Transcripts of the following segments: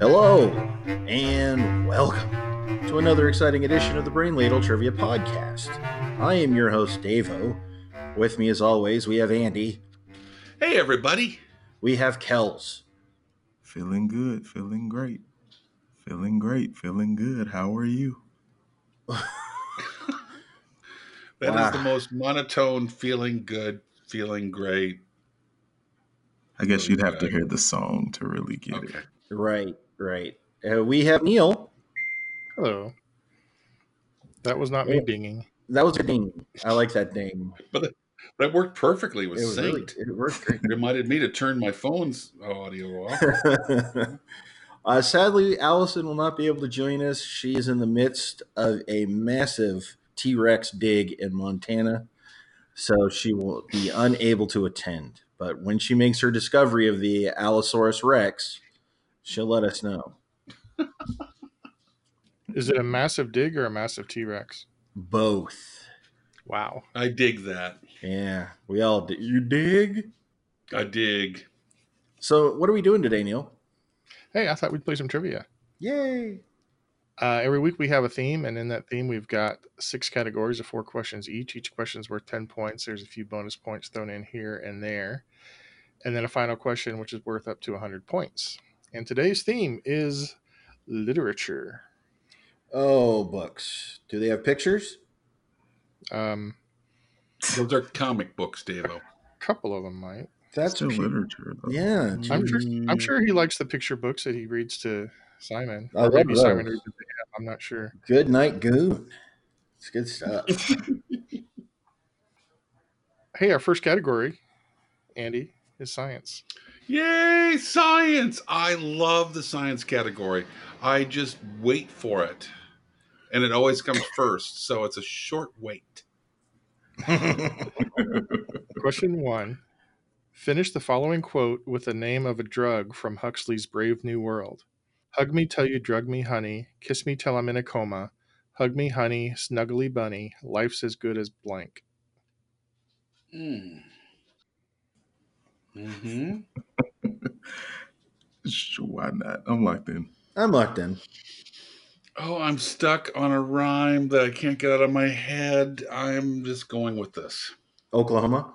Hello, and welcome to another exciting edition of the Brain Ladle Trivia Podcast. I am your host, Davo. With me, as always, we have Andy, Hey, everybody. we have Kells, Feeling good, feeling great. Feeling great, feeling good. How are you? That is Wow. the most monotone, feeling good, feeling great. I guess Feeling you'd have to good. hear the song to really get Okay. it. Right, right. Uh, we have Neil. Hello. That was not me Yeah. dinging. That was a ding. I like that ding. That worked perfectly with It was synced. really, it worked great. Reminded me to turn my phone's audio off. uh, sadly, Allison will not be able to join us. She is in the midst of a massive T Rex dig in Montana, so she will be unable to attend. But when she makes her discovery of the Allosaurus Rex, she'll let us know. Is it a massive dig or a massive T Rex? Both. Wow. I dig that. Yeah, we all do. You dig? I dig. So, what are we doing today, Neil? Hey, I thought we'd play some trivia. Yay. Uh, every week we have a theme, and in that theme, we've got six categories of four questions each. Each question's worth 10 points. There's a few bonus points thrown in here and there. And then a final question, which is worth up to 100 points. And today's theme is literature. Oh, books. Do they have pictures? Um, Those are comic books, Davo. a couple of them might. That's Still pu- literature, though. Yeah, I'm sure. I'm Mm. sure he likes the picture books that he reads to Simon. I Or love maybe Simon those. reads it to him. I'm not sure. Good night, Goon. It's good stuff. Hey, our first category, Andy, is science. Yay, science. I love the science category. I just wait for it. And it always comes first. So it's a short wait. Question one: Finish the following quote with the name of a drug from Huxley's Brave New World. Hug me till you drug me, honey. Kiss me till I'm in a coma. Hug me, honey. Snuggly bunny. Life's as good as blank. Mm. hmm Sh- Why not? I'm locked in. I'm locked in. Oh, I'm stuck on a rhyme that I can't get out of my head. I'm just going with this. Oklahoma.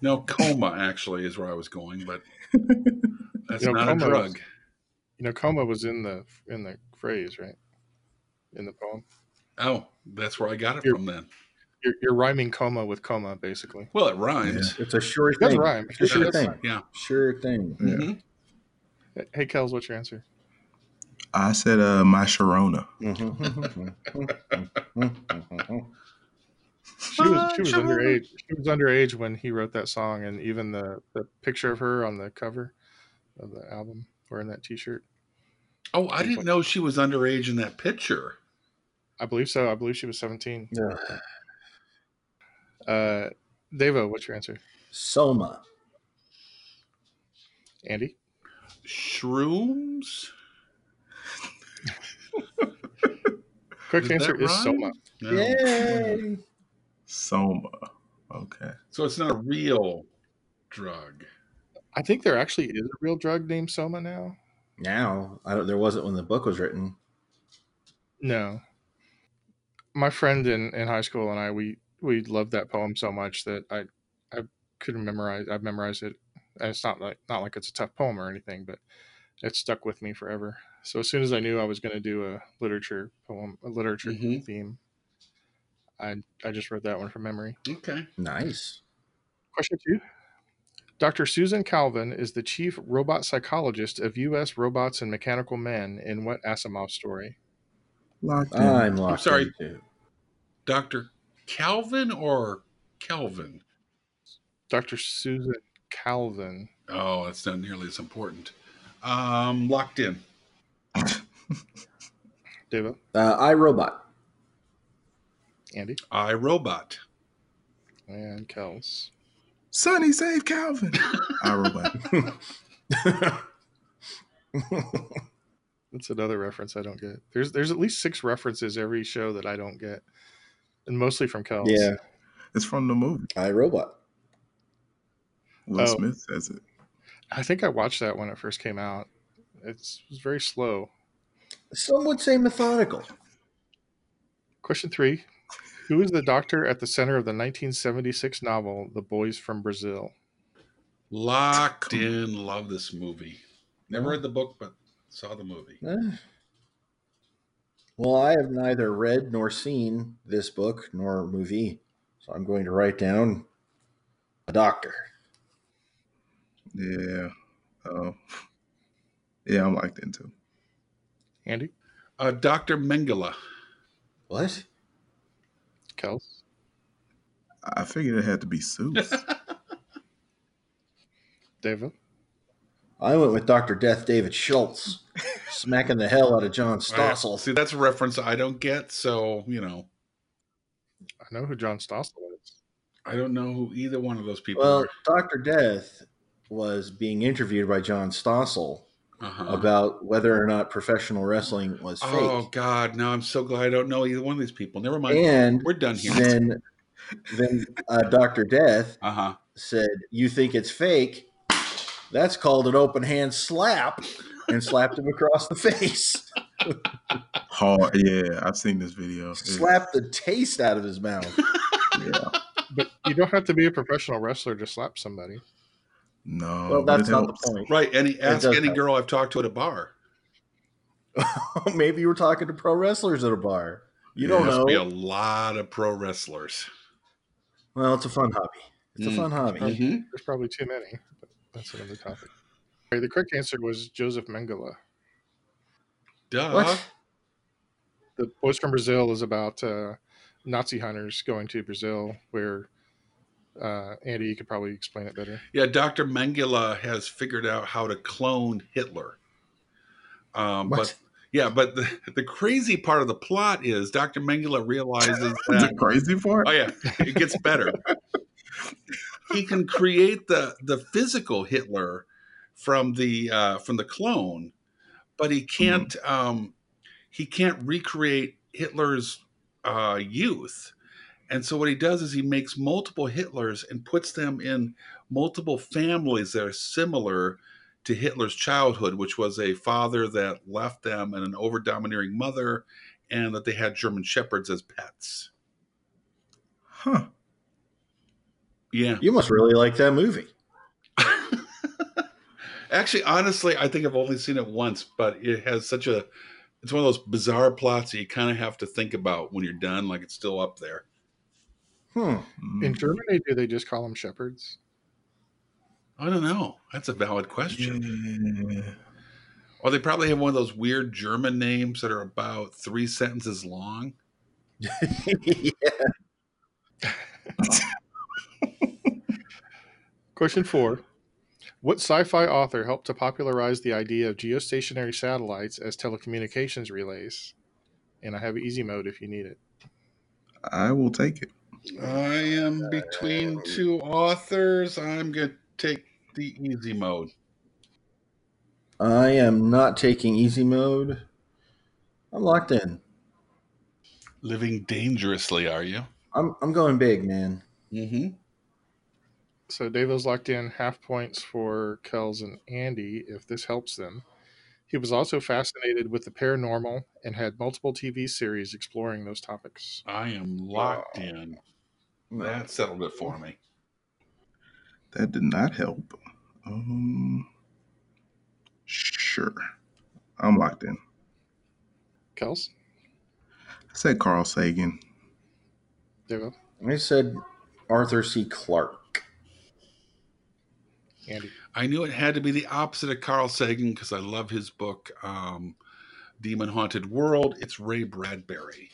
No, coma actually is where I was going, but that's You know, not a coma is- drug. You know, coma was in the in the phrase, right? In the poem, Oh, that's where I got it You're- from then. you're, you're rhyming coma with coma, basically. Well, it rhymes. It's a sure That's thing. rhyme. It's a sure That's- thing. Yeah. Sure thing. Yeah. Mhm. Hey, Kels, what's your answer? I said, uh, my Sharona. she was she was underage. She was underage when he wrote that song, and even the the picture of her on the cover of the album wearing that T-shirt. Oh, I didn't know she was underage in that picture. I believe so. I believe she was seventeen. Yeah. Uh, Devo, what's your answer? Soma. Andy, Shrooms? correct Does answer that is rhyme? Soma. No. Yay. Soma. Okay. So it's not a real drug. I think there actually is a real drug named Soma now. Now, I don't, there wasn't when the book was written. No. My friend in, in high school and I we we loved that poem so much that I I couldn't memorize I've memorized it. And it's not like not like it's a tough poem or anything, but it stuck with me forever. So as soon as I knew I was gonna do a literature poem a literature Mhm. theme, I I just wrote that one from memory. Okay. Nice. Question two. Dr. Susan Calvin is the chief robot psychologist of U.S. Robots and Mechanical Men in what Asimov story? Locked in. I'm locked. sorry. in, too. Dr. Calvin or Calvin? Dr. Susan Calvin. Oh, that's not nearly as important. Um, locked in. Devo, Uh, I Robot. Andy, I Robot. and Kels. Sonny, save Calvin. I robot. That's another reference I don't get. There's there's at least six references every show that I don't get, and mostly from Kels. yeah, It's from the movie. I Robot. Will Oh. Smith says it. Oh. I think I watched that when it first came out, It's, it's very slow. Some would say methodical. Question three Who is the doctor at the center of the 1976 novel, The Boys from Brazil? Locked in. Love this movie. Never read the book, but saw the movie. Eh. Well, I have neither read nor seen this book nor movie, so I'm going to write down a doctor. Yeah. Um, yeah, I'm locked into. Andy? Uh, Dr. Mengele. What? Kels? I figured it had to be Seuss. David? I went with Dr. Death David Schultz, smacking the hell out of John Right. Stossel. See, that's a reference I don't get, so you know, I know who John Stossel is. I don't know who either one of those people Well, are. Dr. Death was being interviewed by John Stossel Uh-huh. about whether or not professional wrestling was fake. oh God, no! I'm so glad I don't know either one of these people. Never mind. and We're done here. then, then uh, Dr. Death Uh huh. said, You think it's fake? That's called an open hand slap, and slapped him across the face. Hard. Yeah, I've seen this video. It's- slapped the taste out of his mouth. Yeah. But you don't have to be a professional wrestler to slap somebody. No. well, but that's Oh, not it the helps. point. Right. Any ask does any help. girl I've talked to at a bar. Maybe you were talking to pro wrestlers at a bar. You don't Yeah. Must know. be a lot of pro wrestlers. Well, it's a fun hobby. It's Mm. a fun hobby. Right. There's probably too many, but that's another topic. Okay, the correct answer was Joseph Mengele. Duh. What? The Boys from Brazil is about uh, Nazi hunters going to Brazil, where uh, Andy, you could probably explain it better. Yeah, Dr. Mengele has figured out how to clone Hitler. Um, but What? yeah, but the, the crazy part of the plot is Dr. Mengele realizes The that crazy part? oh yeah, it gets better. he can create the the physical Hitler from the uh, from the clone, but he can't um, he can't recreate Hitler's uh, youth. And so what he does is he makes multiple Hitlers and puts them in multiple families that are similar to Hitler's childhood, which was a father that left them and an over domineering mother, and that they had German shepherds as pets. Huh. Yeah. You must really like that movie. Actually, honestly, I think I've only seen it once, but it has such a it's one of those bizarre plots that you kind of have to think about when you're done, like it's still up there. Hmm. Mm. In Germany, do they just call them shepherds? I don't know. That's a valid question. Yeah. Or they probably have one of those weird German names that are about three sentences long. Question four What sci fi author helped to popularize the idea of geostationary satellites as telecommunications relays? And I have easy mode if you need it. I will take it. I am between two authors. I'm gonna take the easy mode. I am not taking easy mode. I'm locked in. Living dangerously, are you? I'm I'm going big, man. Mm-hmm. So Davo's locked in half points for Kells and Andy if this helps them. He was also fascinated with the paranormal and had multiple TV series exploring those topics. I am locked in. That settled it for me. That did not help. Um, sure. I'm locked in. Kells, I said Carl Sagan. Davo, I said Arthur C. Clarke. Andy. I knew it had to be the opposite of Carl Sagan because I love his book, um, Demon Haunted World. It's Ray Bradbury.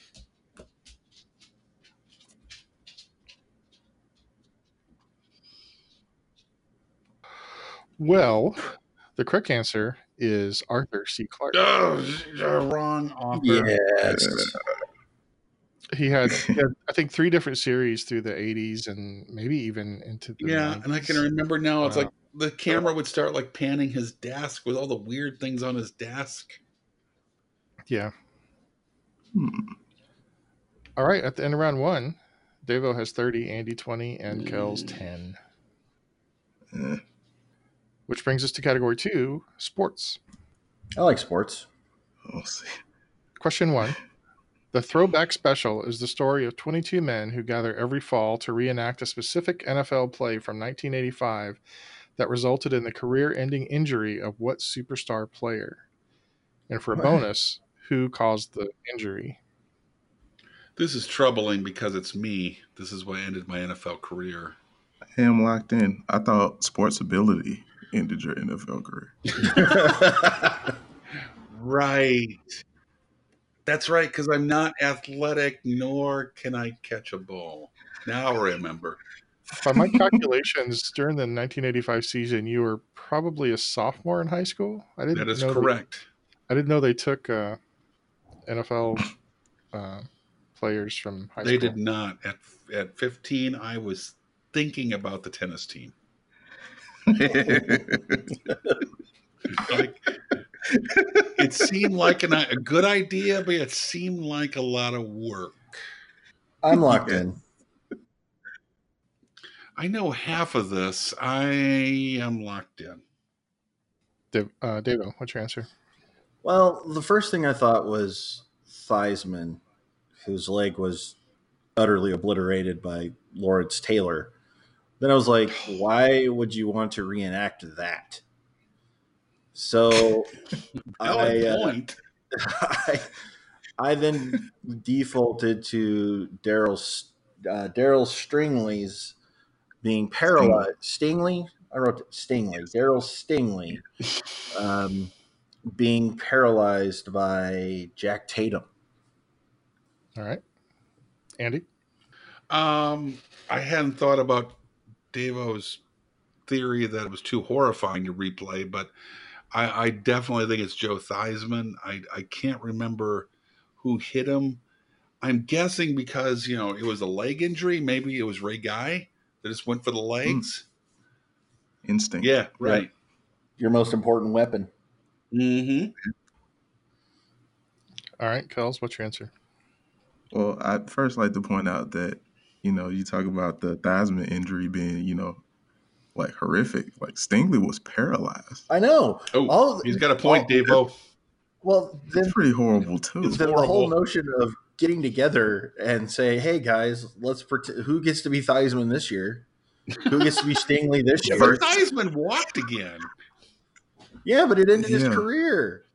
Well, the correct answer is Arthur C. Clarke. Oh, wrong author. Yes. He had, he had, I think, three different series through the 80s and maybe even into the Yeah, and I can 90s. remember now. It's Wow. like the camera would start like panning his desk with all the weird things on his desk. Yeah. Hmm. All right. At the end of round one, Davo has 30, Andy 20, and Kells Mm. 10, Eh. which brings us to category two sports. I like sports. We'll see. Question one. The Throwback Special is the story of 22 men who gather every fall to reenact a specific NFL play from 1985 that resulted in the career ending injury of what superstar player? And for a Right. bonus, who caused the injury? This is troubling because it's me. This is what ended my NFL career. Hey, I'm locked in. I thought sports ability ended your NFL career. Right. That's right, because I'm not athletic, nor can I catch a ball. Now I remember. By my calculations, during the 1985 season, you were probably a sophomore in high school. I didn't That is know correct. They, I didn't know they took uh, NFL uh, players from high They school. did not. At at 15, I was thinking about the tennis team. Like, it seemed like an, a good idea, but it seemed like a lot of work. I'm locked in. I know half of this. I am locked in. Div- uh, Davo, what's your answer? Well, the first thing I thought was Theismann, whose leg was utterly obliterated by Lawrence Taylor. Then I was like, why would you want to reenact that? So I, Valid uh, point. I, I then defaulted to Daryl S- uh, Daryl Stringley's being paralyzed. Stingley, I wrote Stingley. Daryl Stingley um, being paralyzed by Jack Tatum. All right. Andy? Um, I hadn't thought about Davo's theory that it was too horrifying to replay, but I, I definitely think it's Joe Theismann. I, I can't remember who hit him. I'm guessing because, you know, it was a leg injury. Maybe it was Ray Guy that just went for the legs. Instinct. Hmm. Yeah, right. Your most important weapon. Mm-hmm. All right, Kells, what's your answer? Well, I'd first like to point out that, you know, you talk about the Theismann injury being, you know, like horrific. Like Stingley was paralyzed. I know. Oh, All he's got a point, all- Davo. well, It's then, pretty horrible too. then the whole horrible. notion of getting together and say, "Hey guys, let's pretend who gets to be Theismann this year." Who gets to be Stingley this Yeah, year? but Theismann walked again. Yeah, but it ended his Yeah. career.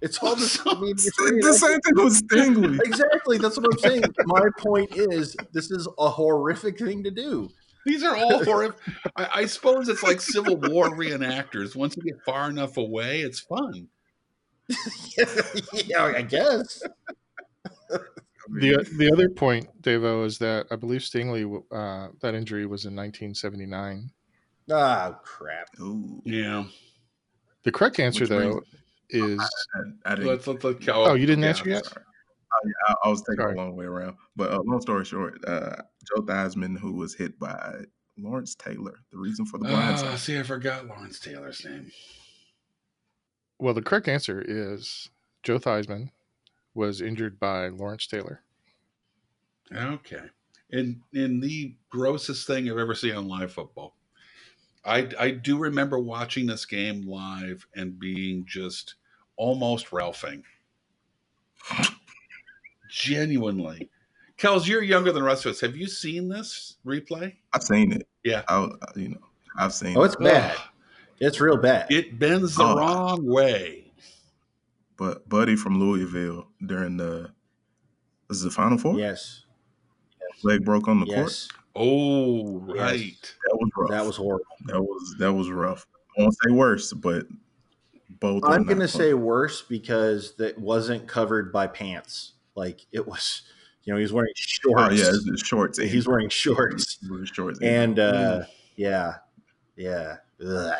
It's all this. I mean, it's the same thing with Stingley. exactly. That's what I'm saying. My point is, this is a horrific thing to do. These are all horrific. I, I suppose it's like Civil War reenactors. Once you get far enough away, it's fun. yeah, I guess. The, uh, the other point, Davo, is that I believe Stingley, uh, that injury was in 1979. Oh crap! Ooh, Yeah. The correct answer, Which brings- though, is I, I didn't Let's, let's, let's, oh, you didn't yeah. answer yet. Sorry. I, I- I was taking Sorry. a long way around. But uh, long story short, uh, Joe Theismann, who was hit by Lawrence Taylor, the reason for the blind Ah, side. see, I forgot Lawrence Taylor's name. Well, the correct answer is Joe Theismann was injured by Lawrence Taylor. Okay. And and the grossest thing I've ever seen on live football. I I do remember watching this game live and being just almost ralphing. Genuinely. Kels, you're younger than the rest of us. Have you seen this replay? I've seen it. Yeah. I, I- you know, I've seen Oh, it. it's bad. Ugh, It's real bad. it bends the Oh. wrong way. But Buddy from Louisville during the was it the Final Four? yes. Leg broke on the court. Yes. Oh, Yes. right. That was rough. That was horrible. that was that was rough. I won't say worse, but both. are I'm not gonna fun. say worse because that wasn't covered by pants. Like it was, you know, he was wearing Oh shorts. yeah, it's the shorts. He's wearing shorts. It was shorts. And uh, yeah, yeah. Ugh.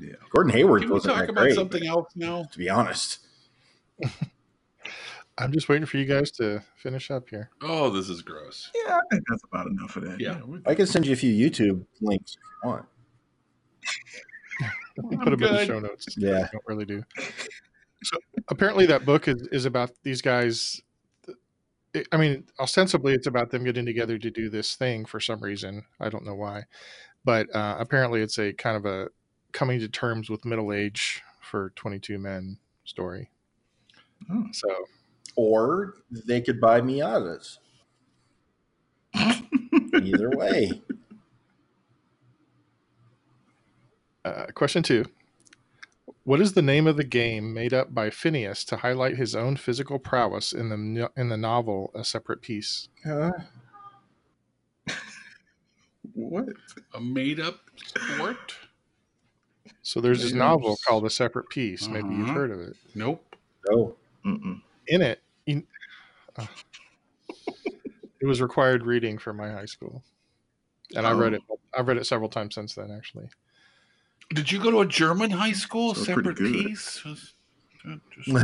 Yeah. Gordon Hayward Can we wasn't talk that about great, something else now? to be honest. I'm just waiting for you guys to finish up here. Oh, this is gross. yeah, I think that's about enough of that. Yeah. we're I can send you a few YouTube links if you want. Put them in the good. show notes. Yeah. I don't really do. So apparently, that book is, is about these guys. it- I mean, ostensibly, it's about them getting together to do this thing for some reason. I don't know why, but uh, apparently, it's a kind of a coming to terms with middle age for 22 men story. Oh. So Or they could buy Miatas. Either way. Uh, question two What is the name of the game made up by Phineas to highlight his own physical prowess in the, no- in the novel A Separate Piece? Uh, What? A made up sport? So there's this Yes. novel called A Separate Piece. Maybe you've Uh-huh. heard of it. Nope. no. Mm-mm. In it, in- oh. it was required reading for my high school. And I read Oh. it. I've read it several times since then, actually. Did you go to a German high school? So pretty Separate good. piece? Just- no,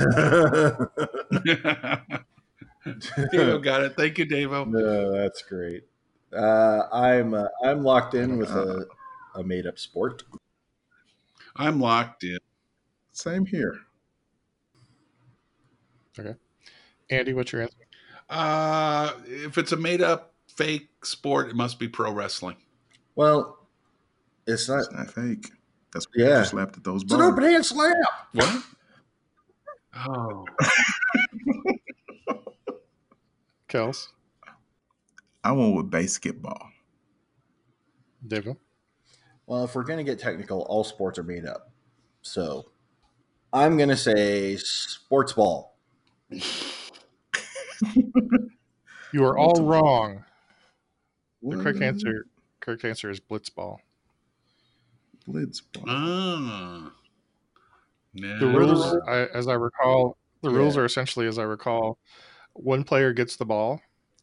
Davo got it. Thank you, Davo. that's great. Uh, I'm uh, I'm locked in with a, a made up sport. I'm locked in. Same here. Andy, what's your answer? Uh, if it's a made up fake sport, it must be pro wrestling. Well, it's not. It's not fake. That's what Yeah. you slapped at those It's an bars. open hand slam. What? Oh. Kels, I went with basketball. David. Well, if we're going to get technical, all sports are made up. So I'm going to say sports ball. You are all Multiple. wrong. The What? correct answer, correct answer is blitzball. Blitzball. Ah. the No. rules rule- I, as i recall the Yeah. rules are essentially as i recall one player gets the ball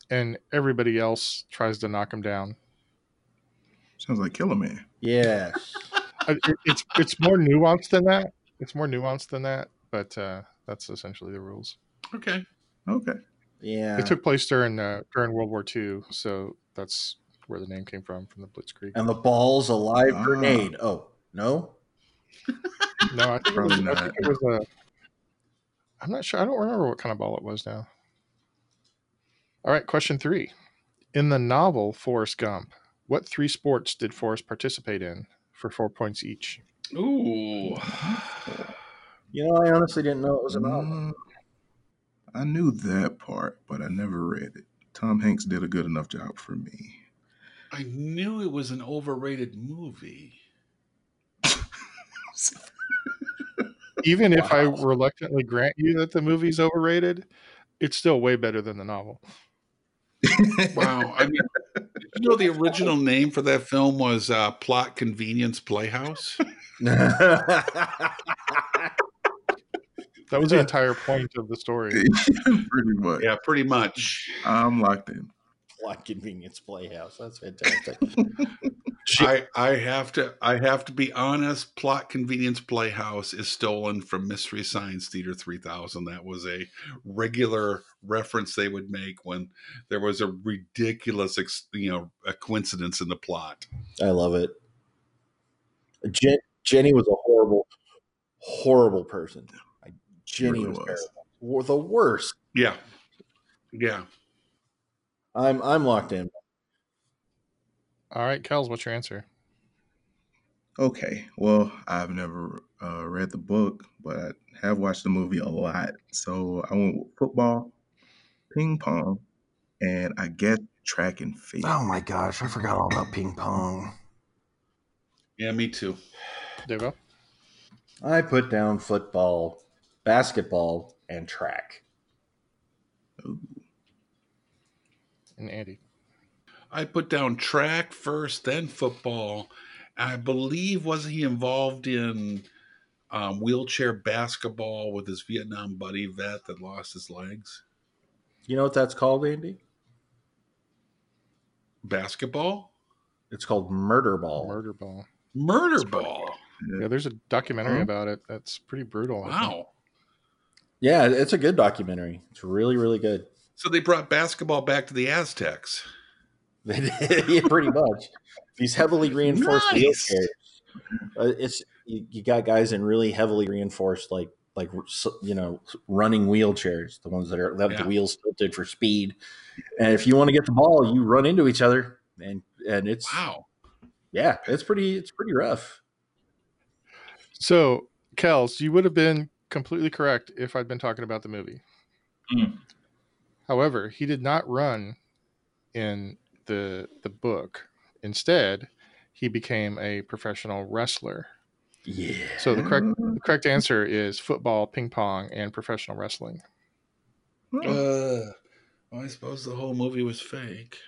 and everybody else tries to knock him down Sounds like Killer Man. Yes. I- it- it's it's more nuanced than that it's more nuanced than that but uh that's essentially the rules Okay. Okay. Yeah. it took place during uh, during world war ii so that's where the name came from from the blitzkrieg and the ball's a live Ah. grenade. Oh, no? no i think it was, Probably I think it was a i'm not sure i don't remember what kind of ball it was now all right question three in the novel forrest gump what three sports did forrest participate in for four points each Ooh. You know, I honestly didn't know it was a novel. Mm, I knew that part, but I never read it. Tom Hanks did a good enough job for me. I knew it was an overrated movie. even if i Wow. reluctantly grant you that the movie's overrated it's still way better than the novel Wow. I mean, did you know the original name for that film was uh, Plot Convenience Playhouse? Mm. that was the entire point of the story Pretty much. yeah, pretty much. I'm locked in. Plot convenience playhouse. That's fantastic. I, I have to I have to be honest. Plot Convenience Playhouse is stolen from Mystery Science Theater 3000. That was a regular reference they would make when there was a ridiculous ex, you know a coincidence in the plot. I love it. Jen- Jenny was a horrible, horrible person. I, Jenny really was, was. terrible. Wa- the worst. Yeah, yeah. I'm I'm locked in. all right kels what's your answer Okay. Well, I've never uh, read the book, but I have watched the movie a lot. So I went with football, ping pong, and I guess track and field. Oh my gosh, I forgot all about ping pong. Yeah, me too. devo I put down football, basketball, and track. Ooh, and andy I put down track first, then football. I believe wasn't he involved in um, wheelchair basketball with his Vietnam buddy vet that lost his legs? You know what that's called, Andy? Basketball, It's called murder ball. murder ball murder ball. yeah there's a documentary Huh? about it that's pretty brutal I think. Wow. Yeah, it's a good documentary. It's really, really good. So they brought basketball back to the Aztecs. yeah, pretty much. These heavily reinforced Nice. wheelchairs. Uh, it's you, you got guys in really heavily reinforced, like like s- you know, running wheelchairs, the ones that are that have Yeah. the wheels tilted for speed. And if you want to get the ball, you run into each other, and and it's Wow. yeah, it's pretty it's pretty rough. so kels you would have been completely correct if I'd been talking about the movie. Mm. However, he did not run in the the book. Instead, he became a professional wrestler. Yeah. So the Hmm. correct the correct answer is football, ping pong, and professional wrestling. Uh, well, I suppose the whole movie was fake.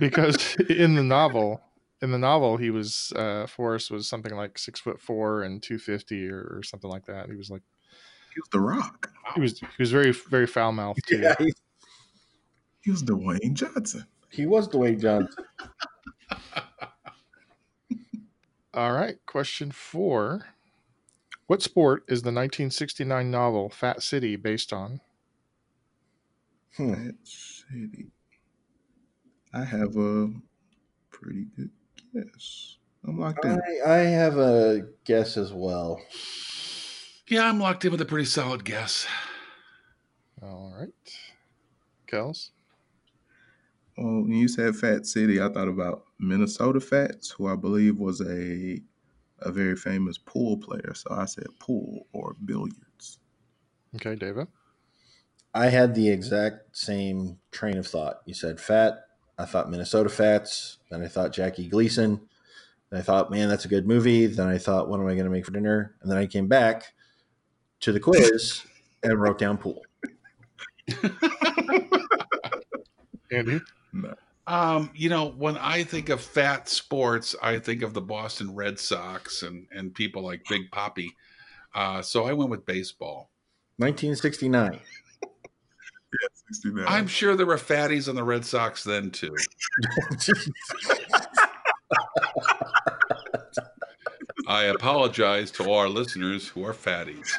Because in the novel, in the novel, he was uh, Forrest was something like six foot four and two fifty or, or something like that. He was like He was The Rock. he was he was very very foul mouthed too. Yeah, he, He was Dwayne Johnson. he was Dwayne Johnson. All right, question four. What sport is the 1969 novel Fat City based on? Hmm. That city. I have a pretty good guess. I'm locked I, in. I have a guess as well. Yeah, I'm locked in with a pretty solid guess. All right. Kels? Well, Oh, when you said Fat City, I thought about Minnesota Fats, who I believe was a a very famous pool player. So I said pool or billiards. Okay, David. I had the exact same train of thought. You said fat. I thought Minnesota Fats. Then I thought Jackie Gleason. Then I thought, man, that's a good movie. Then I thought, what am I going to make for dinner? And then I came back to the quiz and wrote down pool. Andy? No. Um, you know, when I think of fat sports, I think of the Boston Red Sox and and people like Big Poppy. Uh, so I went with baseball. 1969. Yeah, 69. I'm sure there were fatties on the Red Sox then too. I apologize to all our listeners who are fatties.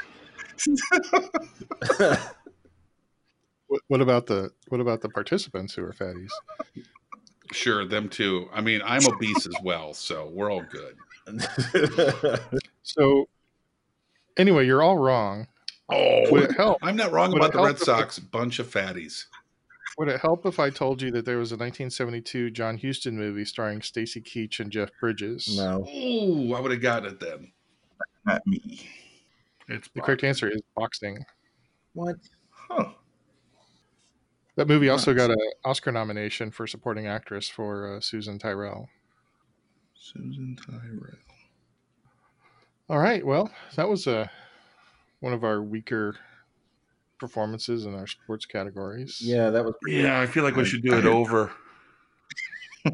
What, what about the what about the participants who are fatties? Sure, them too. I mean, I'm obese as well, so we're all good. So anyway, you're all wrong. Would Oh, it help? I'm not wrong Would about it the Red help if- Sox. Bunch of fatties. Would it help if I told you that there was a 1972 John Huston movie starring Stacy Keach and Jeff Bridges? no. Ooh, I would have got it then. not me. It's The correct answer is boxing. What? Huh. That movie also got an Oscar nomination for supporting actress for uh, Susan Tyrell. Susan Tyrell. All right. Well, that was uh, one of our weaker performances in our sports categories. Yeah, that was Yeah, I feel like we should do it over.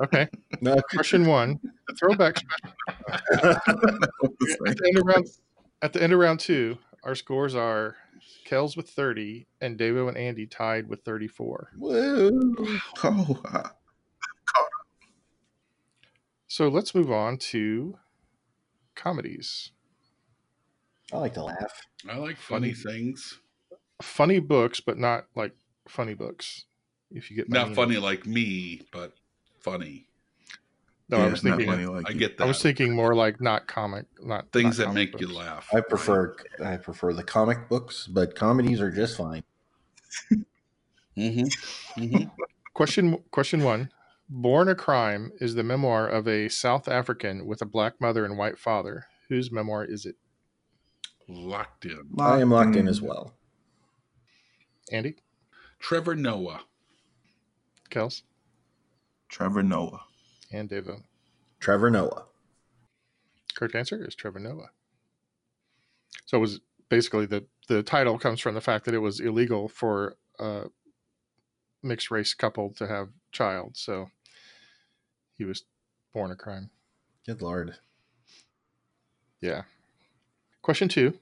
Okay. no. Question one: Throwback special. At the end of round, at the end of round two, our scores are Kells with thirty and Davo and Andy tied with thirty-four. Woo. Oh, I- So let's move on to comedies. I like to laugh. I like funny Funny. things. Funny books, but not like funny books. If you get my Not meaning. funny like me, but funny. No, yeah, I was not thinking. funny like I you. get that. I was thinking more like not comic, not things not that comic make you books. laugh. I prefer I prefer the comic books, but comedies are just fine. Mm-hmm. Mm-hmm. Question question one: Born a Crime is the memoir of a South African with a black mother and white father. Whose memoir is it? Locked in. I am locked mm, in as well. Andy, Trevor Noah. Kels, Trevor Noah. and Devo. Trevor Noah. Correct answer is Trevor Noah. So it was basically the the title comes from the fact that it was illegal for a mixed race couple to have child. So he was born a crime. Good lord. Yeah. Question two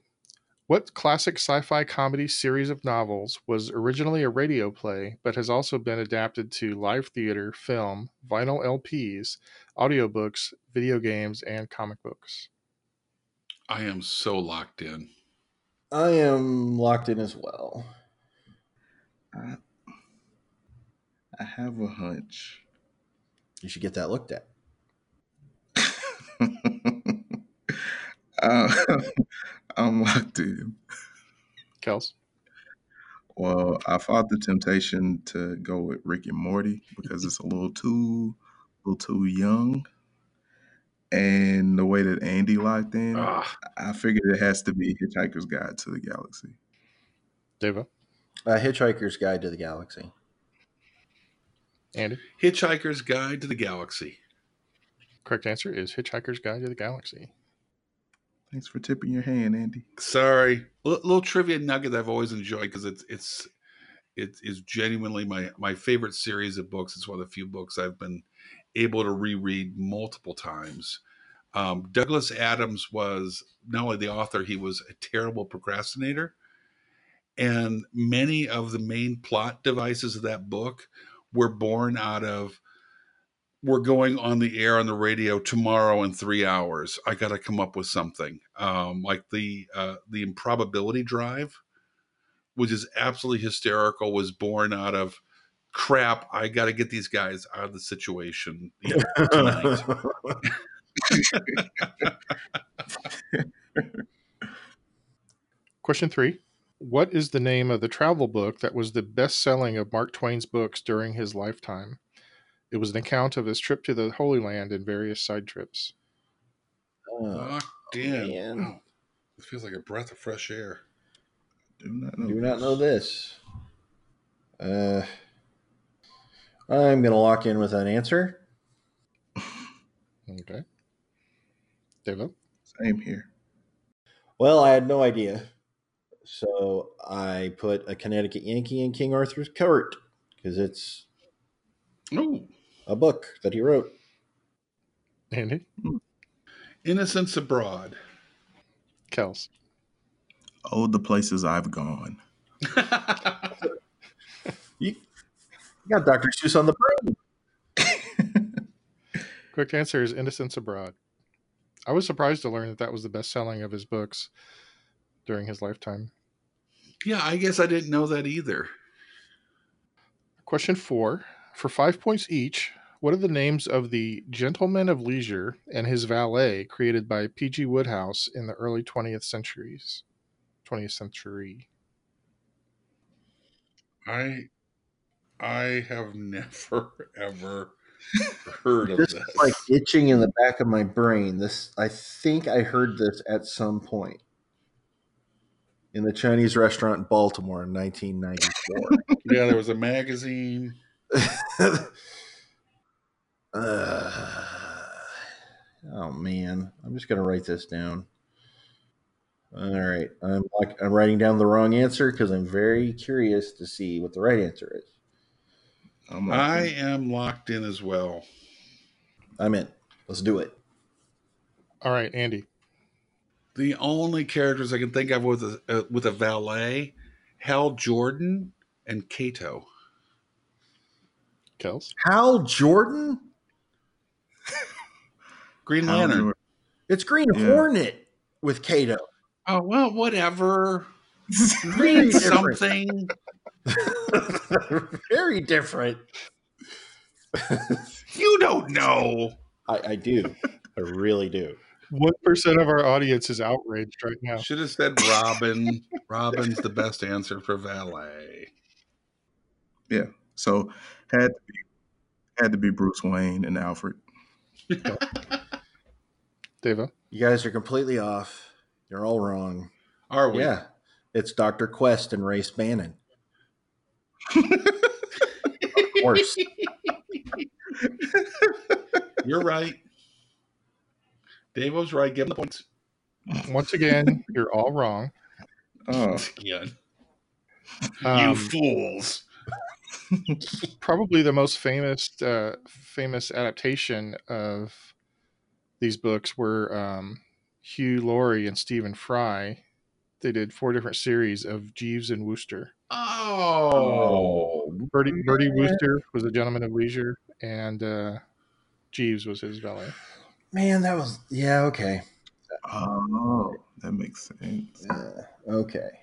What classic sci fi comedy series of novels was originally a radio play, but has also been adapted to live theater, film, vinyl LPs, audiobooks, video games, and comic books? I am so locked in. I am locked in as well. I, I have a hunch. You should get that looked at. uh, I'm locked in. Kels, Well, I fought the temptation to go with Rick and Morty because it's a little too, a little too young, and the way that Andy locked in, Ah, I figured it has to be Hitchhiker's Guide to the Galaxy. Devo, Uh, Hitchhiker's Guide to the Galaxy. Andy. Hitchhiker's Guide to the Galaxy. Correct answer is Hitchhiker's Guide to the Galaxy. Thanks for tipping your hand, Andy. Sorry, L- little trivia nugget that I've always enjoyed because it's it's it is genuinely my my favorite series of books. It's one of the few books I've been able to reread multiple times. Um, Douglas Adams was not only the author, he was a terrible procrastinator, and many of the main plot devices of that book were born out of we're going on the air on the radio tomorrow in three hours. I got to come up with something. Um, like the uh, the improbability drive, which is absolutely hysterical, was born out of crap. I got to get these guys out of the situation. you know, Oh, tonight." Question three What is the name of the travel book that was the best selling of Mark Twain's books during his lifetime? It was an account of his trip to the Holy Land and various side trips. Uh, Locked in. man. Wow. It feels like a breath of fresh air. Do not know. do not know this. Uh, I'm going to lock in with an answer. Okay. Devo, Same here. Well, I had no idea. So I put a Connecticut Yankee in King Arthur's Court because it's Oh, a book that he wrote. Andy, Innocence Abroad. Kels, Oh, the places I've gone. You got Dr. Seuss on the brain. Correct answer is Innocents Abroad. I was surprised to learn that that was the best selling of his books during his lifetime. yeah, I guess I didn't know that either. Question four For five points each, what are the names of the gentleman of leisure and his valet created by P.G. Woodhouse in the early 20th centuries? 20th century. I I have never ever heard of This this. is like itching in the back of my brain. This I think I heard this at some point in the Chinese restaurant in Baltimore in 1994. yeah, there was a magazine. uh, oh man, I'm just gonna write this down. All right, I'm like I'm writing down the wrong answer because I'm very curious to see what the right answer is. I'm like, I am locked in as well. I'm in. Let's do it. All right, Andy. The only characters I can think of with a uh, with a valet, Hal Jordan and Cato. Kels. Hal Jordan? Green Hal Lantern. Jordan. It's Green Yeah. Hornet with Kato. Oh well, whatever. Very Read different. something. Very different. You don't know. I, I do. I really do. 1% of our audience is outraged right now. Should have said Robin. Robin's the best answer for valet. So had to be had to be Bruce Wayne and Alfred. Devo, You guys are completely off. You're all wrong. Are we? Yeah. It's Dr. Quest and Race Bannon. of course. You're right. Dave was right. Give him the points. once again, you're all wrong. Oh, Yeah. you Um, fools. probably the most famous uh, famous adaptation of these books were um, Hugh Laurie and Stephen Fry. They did four different series of Jeeves and Wooster. Oh. Bertie, Bertie Wooster was a gentleman of leisure, and uh, Jeeves was his valet. Man, that was yeah, okay. oh, that makes sense. Yeah, okay.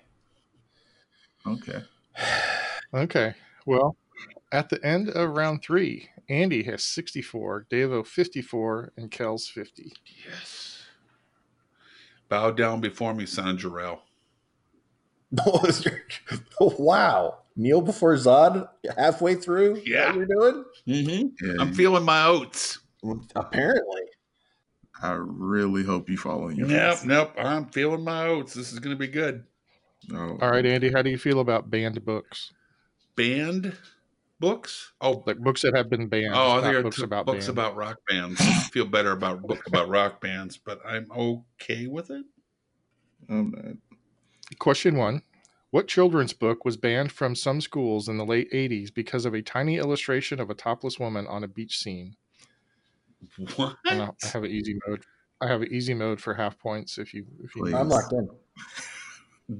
Okay, Okay, well, at the end of round three, Andy has 64, Davo 54, and Kells 50. Yes. Bow down before me, son of Jarrell. wow. Kneel before Zod halfway through? Is that Yeah. what you're doing? Mm-hmm. yeah, I'm feeling my oats. Apparently. I really hope you fall on your Nope, face. nope. I'm feeling my oats. This is going to be good. No. All right, Andy, how do you feel about banned books? Banned books? Oh, Like books that have been banned. oh, I not think I books took about books banned. about rock bands. Feel better about book about rock bands, but I'm okay with it. I'm not. Question one What children's book was banned from some schools in the late 80s because of a tiny illustration of a topless woman on a beach scene? What? And I I have an easy mode. I have an easy mode for half points if you if you need. Please. I'm locked in.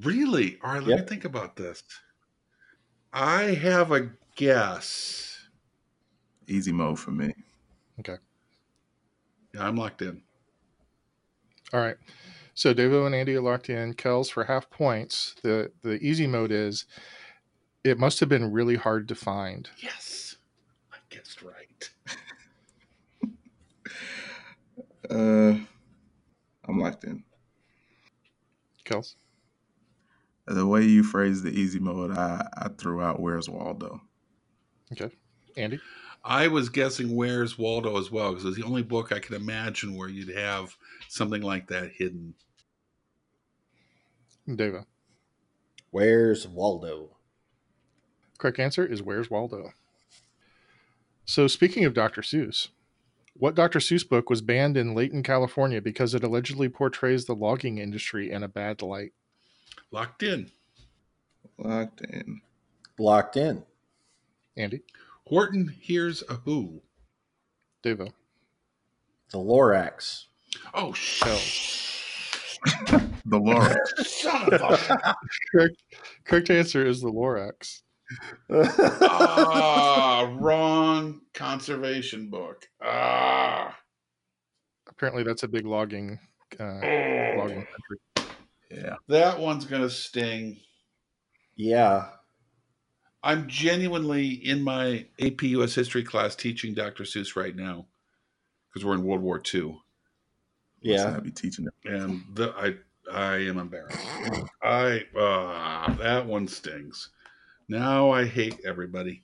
Really? All right, let me Yep. think about this. I have a guess. Easy mode for me. Yeah, I'm locked in. All right. So Devo and Andy are locked in. Kells for half points. The the easy mode is it must have been really hard to find. Yes. I guessed right. Uh, I'm locked in. Kells. The way you phrased the easy mode, I, I threw out Where's Waldo. Andy. I was guessing Where's Waldo as well, because it was the only book I could imagine where you'd have something like that hidden. Devo. Where's Waldo? Correct answer is Where's Waldo? So, speaking of Dr. Seuss, what Dr. Seuss book was banned in Layton, California because it allegedly portrays the logging industry in a bad light? Locked in. Locked in. Locked in. Andy, Horton hears a who. Devo, The Lorax. Oh, sh- The Laura. son of a. Correct, correct answer is the Lorax. ah, wrong conservation book. Ah. Apparently, that's a big logging, uh, Oh. logging country. yeah. that one's going to sting. yeah. I'm genuinely in my AP US history class teaching Dr. Seuss right now because we're in World War II. Must Yeah. not be teaching it. And the, I I am embarrassed. I ah, that one stings. Now I hate everybody.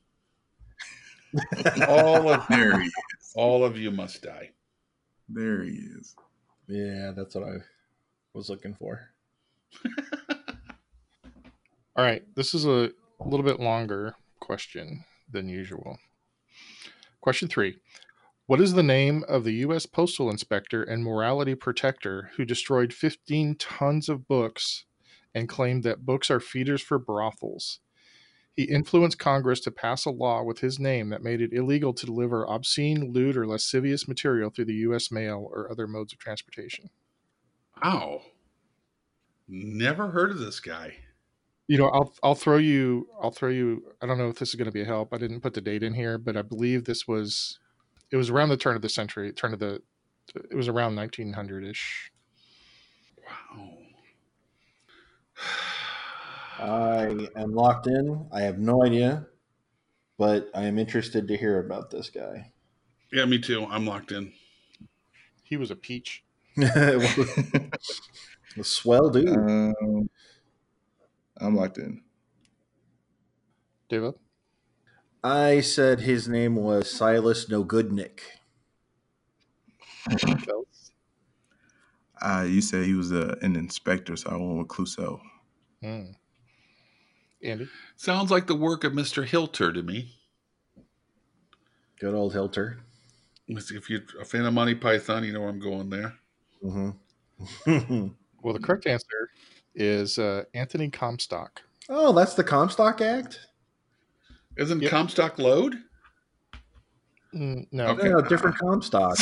All of There he is. all of you must die. There he is. yeah, that's what I was looking for. All right, this is a little bit longer question than usual. Question three What is the name of the U.S. postal inspector and morality protector who destroyed 15 tons of books and claimed that books are feeders for brothels? He influenced Congress to pass a law with his name that made it illegal to deliver obscene, lewd, or lascivious material through the U.S. mail or other modes of transportation. Ow. Never heard of this guy. you know i'll i'll throw you i'll throw you i don't know if this is going to be a help i didn't put the date in here but i believe this was it was around the turn of the century turn of the it was around 1900ish Wow. I am locked in. I have no idea, but I am interested to hear about this guy. Yeah, me too. I'm locked in. he was a peach The swell dude. um, I'm locked in. Deva. I said his name was Silas Nogoodnik. Uh, you said he was a, an inspector, so I went with Clouseau. Mm. andy Sounds like the work of Mr. Hilter to me. Good old Hilter. If you're a fan of Monty Python, you know where I'm going there. hmm well the correct answer is uh, anthony comstock oh, that's the Comstock Act? Isn't Yep. Comstock Load? Mm, no Okay. No, different Comstock.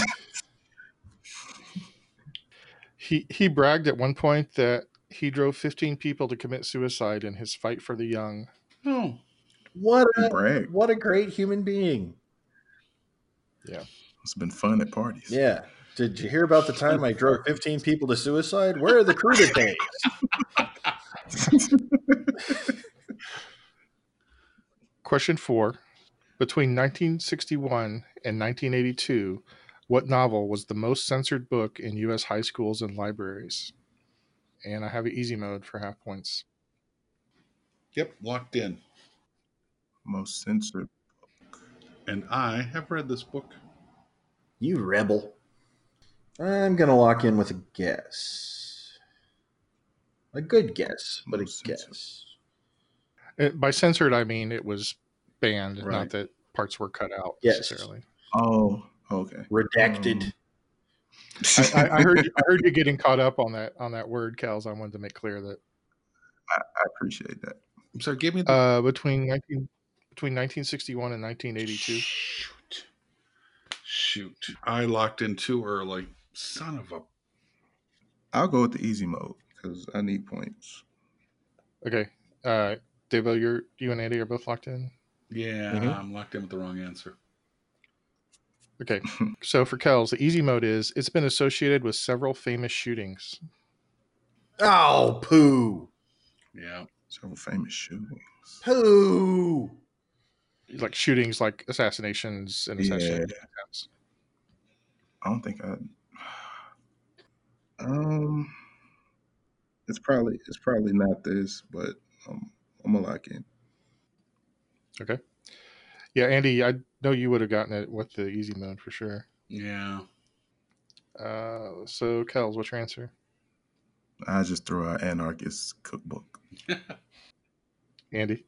he he bragged at one point that he drove 15 people to commit suicide in his fight for the young Oh, What Uh, He a, bragged. what a great human being. It's been fun at parties. Yeah. Did you hear about the time I drove 15 people to suicide? Where are the crudités? Question four. Between 1961 and 1982, what novel was the most censored book in U.S. high schools and libraries? And I have an easy mode for half points. yep, locked in. Most censored. And I have read this book. You rebel. I'm gonna lock in with a guess. A good guess, but a Most sensitive. guess. It, Uh, by censored, I mean it was banned, Right. not that parts were cut out Yes. necessarily. Oh, okay. Redacted. Um, I, I, I heard I heard you getting caught up on that on that word, Cal's. I wanted to make clear that I appreciate that. I'm sorry, give me the uh, between 19, between 1961 and 1982. Shoot. Shoot. I locked in too early. Son of a I'll go with the easy mode because I need points. Okay, uh, Devo, you're you and Andy are both locked in. Yeah, Mhm. I'm locked in with the wrong answer. Okay, so for Kells, the easy mode is it's been associated with several famous shootings. Oh, poo, Yeah. Several famous shootings. poo. like shootings, like assassinations and assassination attempts. I don't think I. Um, it's probably it's probably not this, but um, I'm gonna lock in. Yeah, Andy, I know you would have gotten it with the easy mode for sure. Yeah. Uh, so, Kells, what's your answer? I just threw out anarchist cookbook. Andy,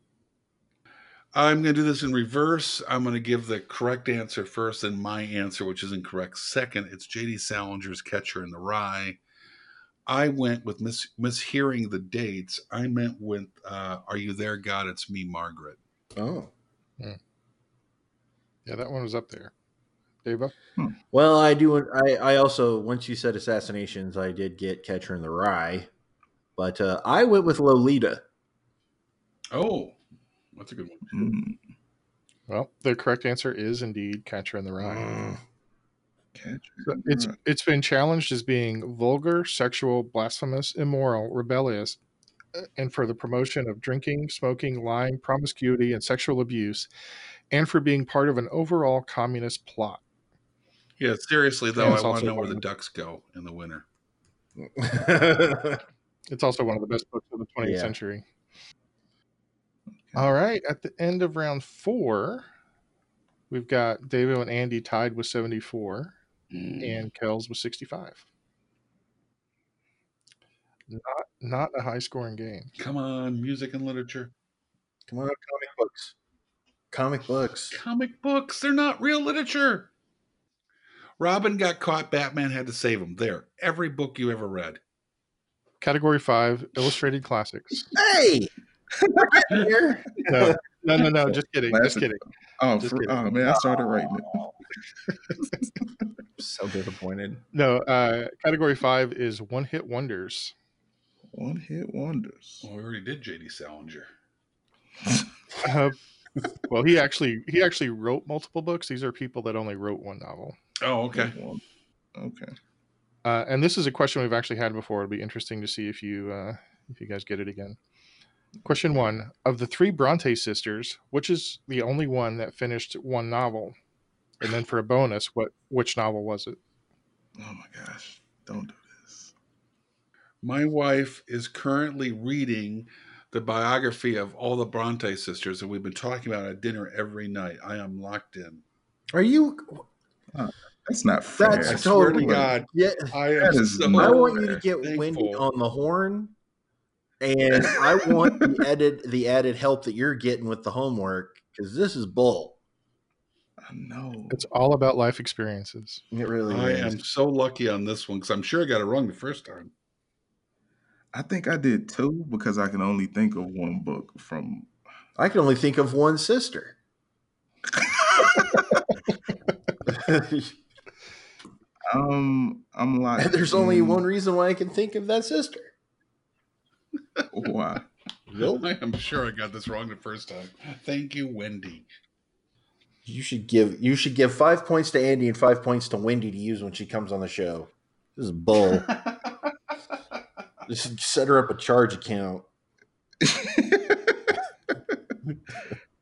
I'm going to do this in reverse. I'm going to give the correct answer first and my answer, which is incorrect, second. It's J.D. Salinger's Catcher in the Rye. I went with mis- mishearing the dates. I meant with uh, Are You There, God? It's Me, Margaret. Oh. yeah, that one was up there. Devo, Well, I do. I, I also once you said assassinations, I did get Catcher in the Rye, but uh, I went with Lolita. Oh, that's a good one. Mm, well, the correct answer is indeed Catcher in the Rye. Mm. catch. Uh, So Mm-hmm. It's it's been challenged as being vulgar, sexual, blasphemous, immoral, rebellious, uh, and for the promotion of drinking, smoking, lying, promiscuity, and sexual abuse, and for being part of an overall communist plot. Yeah, seriously, though, And I it's want to also know where one the of ducks go in the winter. It's also one of the best books of the 20th Yeah. century. All right. At the end of round four, we've got David and Andy tied with 74 and Kells with 65. Not, not a high scoring game. Come on, music and literature. Come on, comic books. Comic books. Comic books, they're not real literature. Robin got caught, Batman had to save him. There, every book you ever read. Category five, illustrated classics. Hey, we're getting there. No, no, no, no. Just kidding. Just Classic. kidding. Oh, Just for- kidding. oh man, I started writing it. so disappointed. No, uh, category five is one hit wonders. One hit wonders. Well, we already did J.D. Salinger. Uh, well, he actually he actually wrote multiple books. These are people that only wrote one novel. Oh, okay. One- Okay. Uh, and this is a question we've actually had before. It'll be interesting to see if you uh, if you guys get it again. Question one: Of the three Bronte sisters, which is the only one that finished one novel? And then for a bonus, what which novel was it? Oh my gosh. Don't do this. My wife is currently reading the biography of all the Bronte sisters, and we've been talking about it at dinner every night. I am locked in. Are you? That's not fair. That's I swear totally to God, Yeah, I am That is so. I not- want you to get thankful. Wendy on the horn, and I want the added the added help that you're getting with the homework because this is bull. I know. It's all about life experiences. It really I is. am so lucky on this one because I'm sure I got it wrong the first time. I think I did two because I can only think of one book from. I can only think of one sister. um, I'm like. There's only mm, one reason why I can think of that sister. Why? Nope. I am sure I got this wrong the first time. Thank you, Wendy. You should give you should give five points to Andy and five points to Wendy to use when she comes on the show. This is bull. Just set her up a charge account.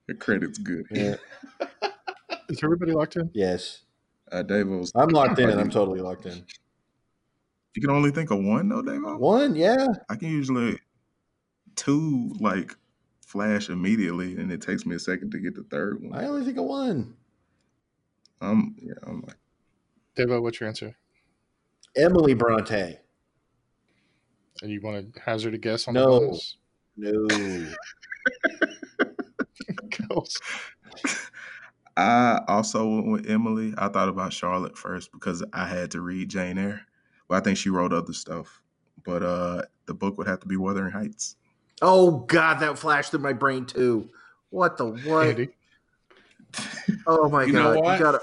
Your credit's good. Yeah. Is everybody locked in? Yes. Uh, Davos. I'm locked in. I'm totally locked in. You can only think of one though, Davos. One, yeah. I can usually two like flash immediately, and it takes me a second to get the third one. I only think of one. I'm yeah. I'm like Devo, what's your answer? Emily Bronte. And you want to hazard a guess on No. the bonus? No. Girls. I also went with Emily. I thought about Charlotte first because I had to read Jane Eyre, but I think she wrote other stuff. But uh, the book would have to be Wuthering Heights. Oh God, that flashed in my brain too. What the what? Andy. Oh my uh, You know God! what? You gotta.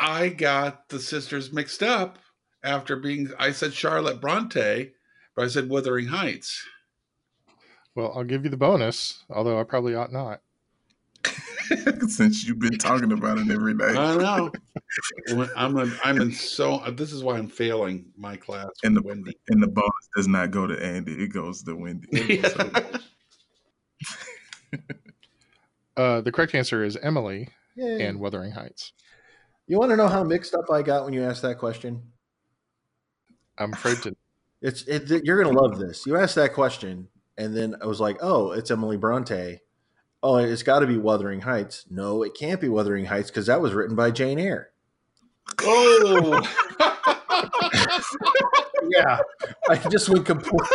I got the sisters mixed up after being. I said Charlotte Bronte, but I said Wuthering Heights. Well, I'll give you the bonus, although I probably ought not. Since you've been talking about it every I day. don't know. When- I'm in, I'm in so. This is why I'm failing my class And with the- Wendy. And the bonus does not go to Andy, it goes to Wendy. So, Uh, the correct answer is Emily Yay. and Wuthering Heights. you want to know how mixed up I got when you asked that question? I'm afraid to. It's it, you're gonna love this. You asked that question, and then I was like, "Oh, it's Emily Bronte. Oh, it's got to be Wuthering Heights. No, it can't be Wuthering Heights because that was written by Jane Eyre." oh, Yeah, I just went complete.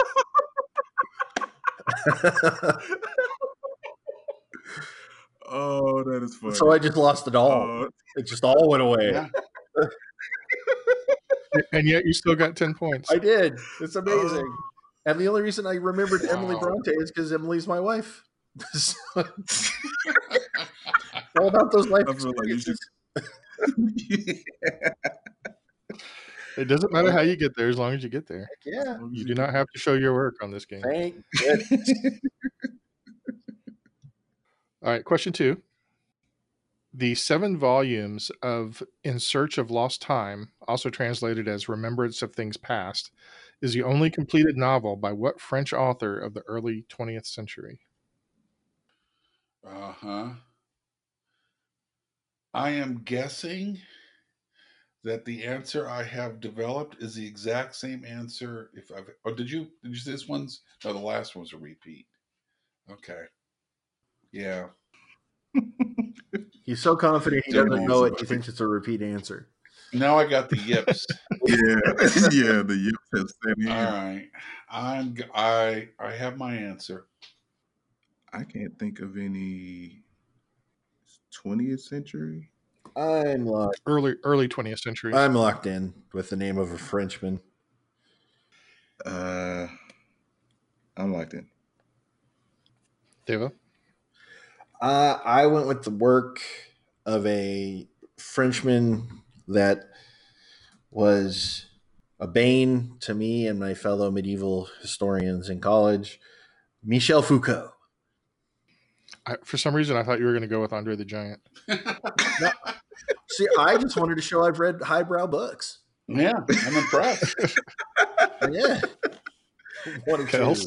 oh, that is funny. so I just lost it all. Uh, It just all went away. yeah. And yet you still got 10 points. I did. It's amazing. and the only reason I remembered Emily Wow. Bronte is because Emily's my wife. So- it's all about those life I feel like you should- experiences. It doesn't matter how you get there as long as you get there. Yeah. Oh, You do not have to show your work on this game. Thank All right, question two. The seven volumes of In Search of Lost Time, also translated as Remembrance of Things Past, is the only completed novel by what French author of the early 20th century? Uh huh. I am guessing that the answer I have developed is the exact same answer. If I've, oh, did you did you say this one's? No, the last one's a repeat. Okay. Yeah. He's so confident he Don't doesn't know know if it. I- He thinks it's a repeat answer. Now I got the yips. yeah, yeah, the yips have set in. All right. I'm g- I I have my answer. I can't think of any 20th century. I'm locked. Early early 20th century. I'm locked in with the name of a Frenchman. Uh, I'm locked in. Deva? Uh, I went with the work of a Frenchman that was a bane to me and my fellow medieval historians in college, Michel Foucault. I, for some reason, I thought you were going to go with Andre the Giant. See, I just wanted to show I've read highbrow books. Uh, Yeah, I'm impressed. Yeah. Wanted to. Kels?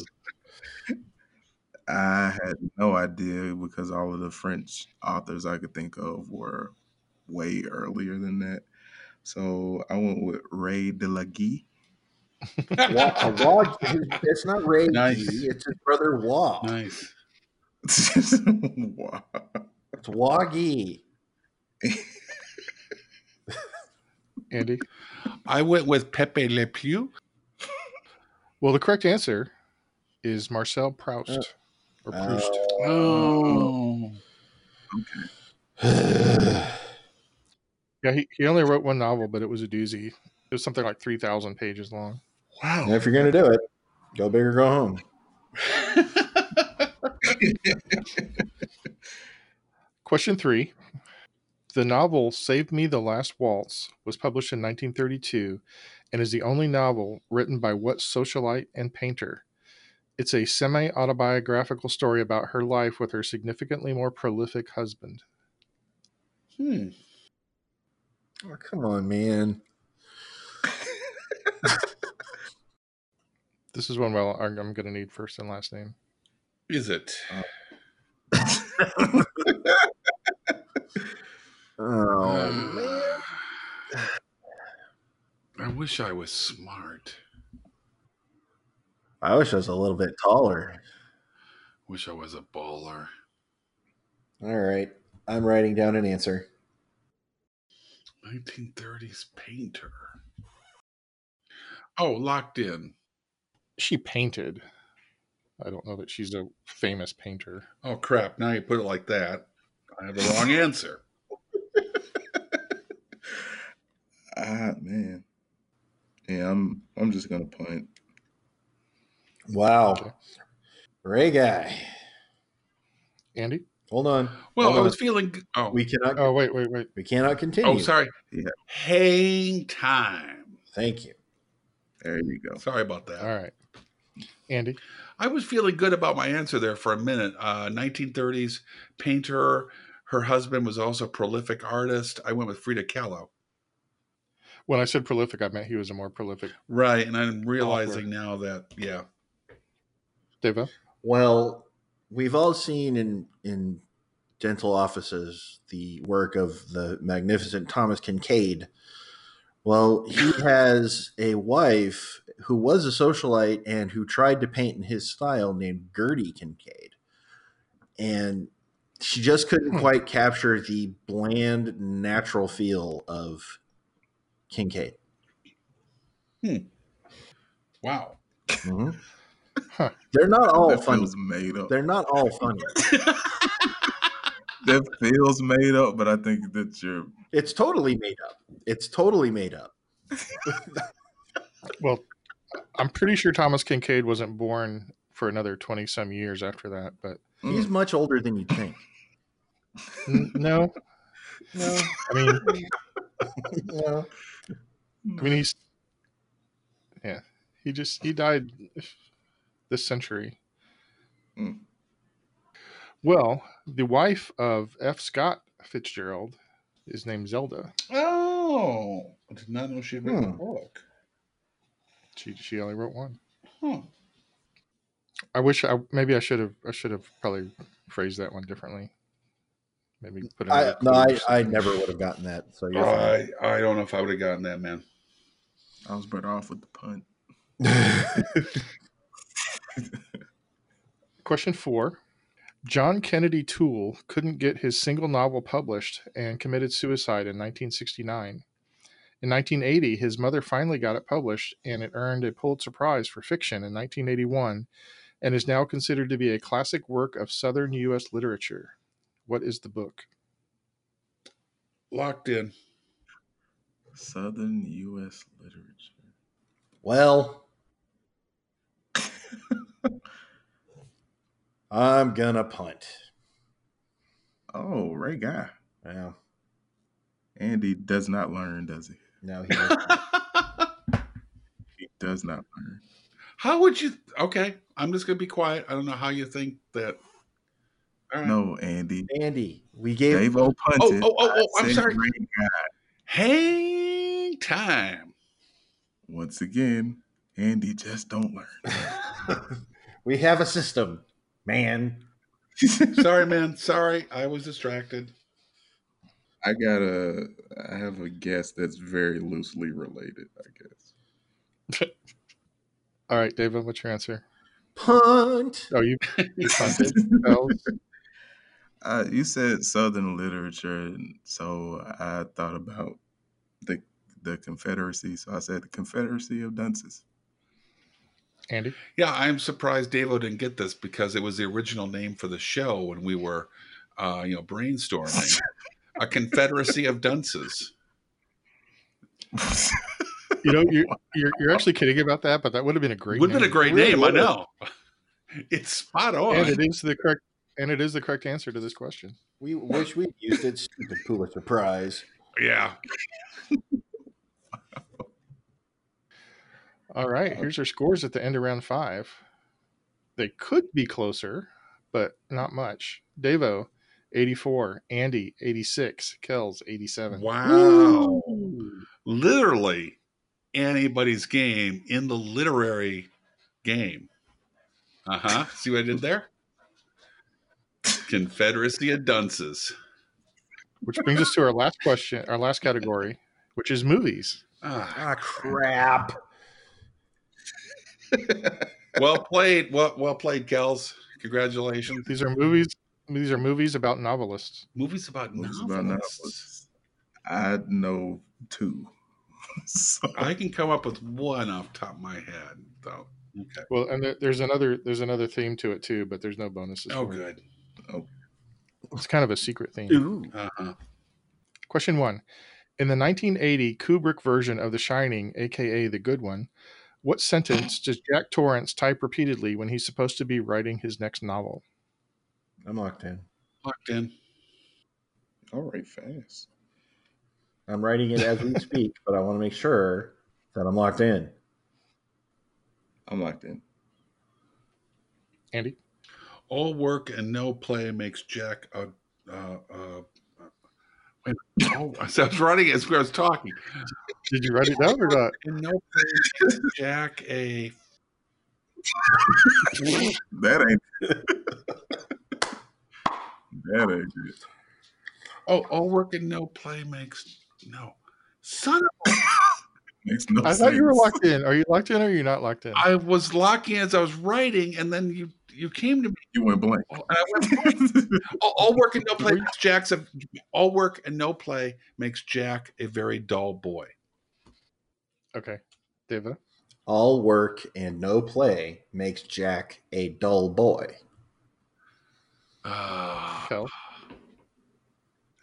I had no idea because all of the French authors I could think of were way earlier than that. So I went with Ray de la Guy. Wa- a Wa- it's not Ray. Nice. G, It's his brother Wa. nice. wow. It's Wagi. Andy? I went with Pepe Le Pew. Well, the correct answer is Marcel Proust or Proust. Oh. Uh, yeah, he, he only wrote one novel, but it was a doozy. It was something like 3,000 pages long. Wow. if you're gonna do it, go big or go home. Question three. The novel Save Me the Last Waltz was published in 1932 and is the only novel written by what socialite and painter? It's a semi autobiographical story about her life with her significantly more prolific husband. Hmm. Oh, come on, man. This is one well I'm going to need first and last name. Is it? Oh man. Uh, I wish I was smart. I wish I was a little bit taller. Wish I was a baller. All right. I'm writing down an answer. 1930s painter. Oh, locked in. She painted. I don't know that she's a famous painter. Oh crap! Now you put it like that. I have the wrong answer. Ah man. Yeah, I'm I'm just gonna punt. Wow. Okay. Ray guy. Andy? Hold on. Well, Hold I on. was feeling. g- Oh, We cannot Oh wait, wait, wait. we cannot continue. oh, sorry. Yeah. Hang time. Thank you. There you go. Sorry about that. All right. Andy. I was feeling good about my answer there for a minute. Uh, 1930s painter. Her husband was also a prolific artist. I went with Frida Kahlo. When I said prolific, I meant he was a more prolific Right, and I'm realizing now that yeah, Deva. Well, we've all seen in in dental offices the work of the magnificent Thomas Kincaid. Well, he has a wife who was a socialite and who tried to paint in his style named Gertie Kincaid. And she just couldn't Hmm. quite capture the bland, natural feel of Kincaid. wow. Mhm. Huh. They're not all that funny. feels made up. They're not all funny. That feels made up, but I think that you're It's totally made up. It's totally made up. Well, I'm pretty sure Thomas Kincaid wasn't born for another 20 some years after that, but He's much older than you'd think. n- no. No. I mean, Yeah. I mean he's Yeah. He just he died this century. Hmm. Mm. Well, the wife of F. Scott Fitzgerald is named Zelda. Oh, I did not know she had written Hmm. a book. She she only wrote one. Huh. I wish I maybe I should have I should have probably phrased that one differently. Maybe put I, another no, clue or I, I something. never would have gotten that. So you're fine. I I don't know if I would have gotten that, man. I was better off with the punt. Question four. John Kennedy Toole couldn't get his single novel published and committed suicide in 1969. In 1980, his mother finally got it published and it earned a Pulitzer Prize for fiction in 1981 and is now considered to be a classic work of Southern U.S. literature. What is the book? Locked in. Southern U.S. literature. well, I'm gonna punt. Oh, Ray Guy. Yeah. Andy does not learn, does he? No, he doesn't. He does not learn. how would you? Okay, I'm just gonna be quiet. I don't know how you think that. All right. No, Andy. Andy, we gave Dave O Oh, punted. oh, oh, oh! I'm Said sorry. Ray Guy. Hang time. Once again, Andy just don't learn. we have a system, man. sorry, man. Sorry, I was distracted. I got a. I have a guess that's very loosely related. I guess. All right, David, what's your answer? Punt. Oh, you punted. Bells. Uh, you said Southern literature, and so I thought about the the Confederacy. So I said the Confederacy of Dunces. Andy? Yeah, I'm surprised Davo didn't get this because it was the original name for the show when we were, uh, you know, brainstorming. A Confederacy of Dunces. You know, you're, you're, you're actually kidding about that, but that would have been a great Would have been a name. great Really name, I would've. know. It's spot on. And it is the correct and it is the correct answer to this question. We wish we used it. Stupid Pulitzer Prize. Yeah. All right, here's our scores at the end of round five. They could be closer, but not much. Davo, 84. Andy, 86. Kells, 87. Wow. Literally anybody's game in the literary game. Uh huh. See what I did there? Confederacy of Dunces. Which brings us to our last question, our last category, which is movies. Ah, Ah, crap. well played. Well, well played, Kels. Congratulations. These are movies. These are movies about novelists. Movies about Movies novelists. about novelists. I know two. so, I can come up with one off the top of my head, though. Okay. Well, and there, there's another there's another theme to it too, but there's no bonuses. Oh, for it. good. It's kind of a secret theme. Uh huh. Question one. In the 1980 Kubrick version of The Shining, aka The Good One, what sentence does Jack Torrance type repeatedly when he's supposed to be writing his next novel? I'm locked in. Locked in. all right, fast. I'm writing it as we speak, but I want to make sure that I'm locked in. I'm locked in. Andy? All work and no play makes Jack a. Uh, uh, wait, oh, so I was running as I was talking. Did you write it down or not? And no play makes Jack a. That ain't. that ain't it. Oh, all work and no play makes no. Son, of, Makes no I sense. thought you were locked in. Are you locked in or are you not locked in? I was locking as I was writing, and then you you came to me, You went blank. and I went, all, all work and no play Were you- makes Jack's a, all work and no play makes Jack a very dull boy. Okay. Diva. All work and no play makes Jack a dull boy. Ah. Kel.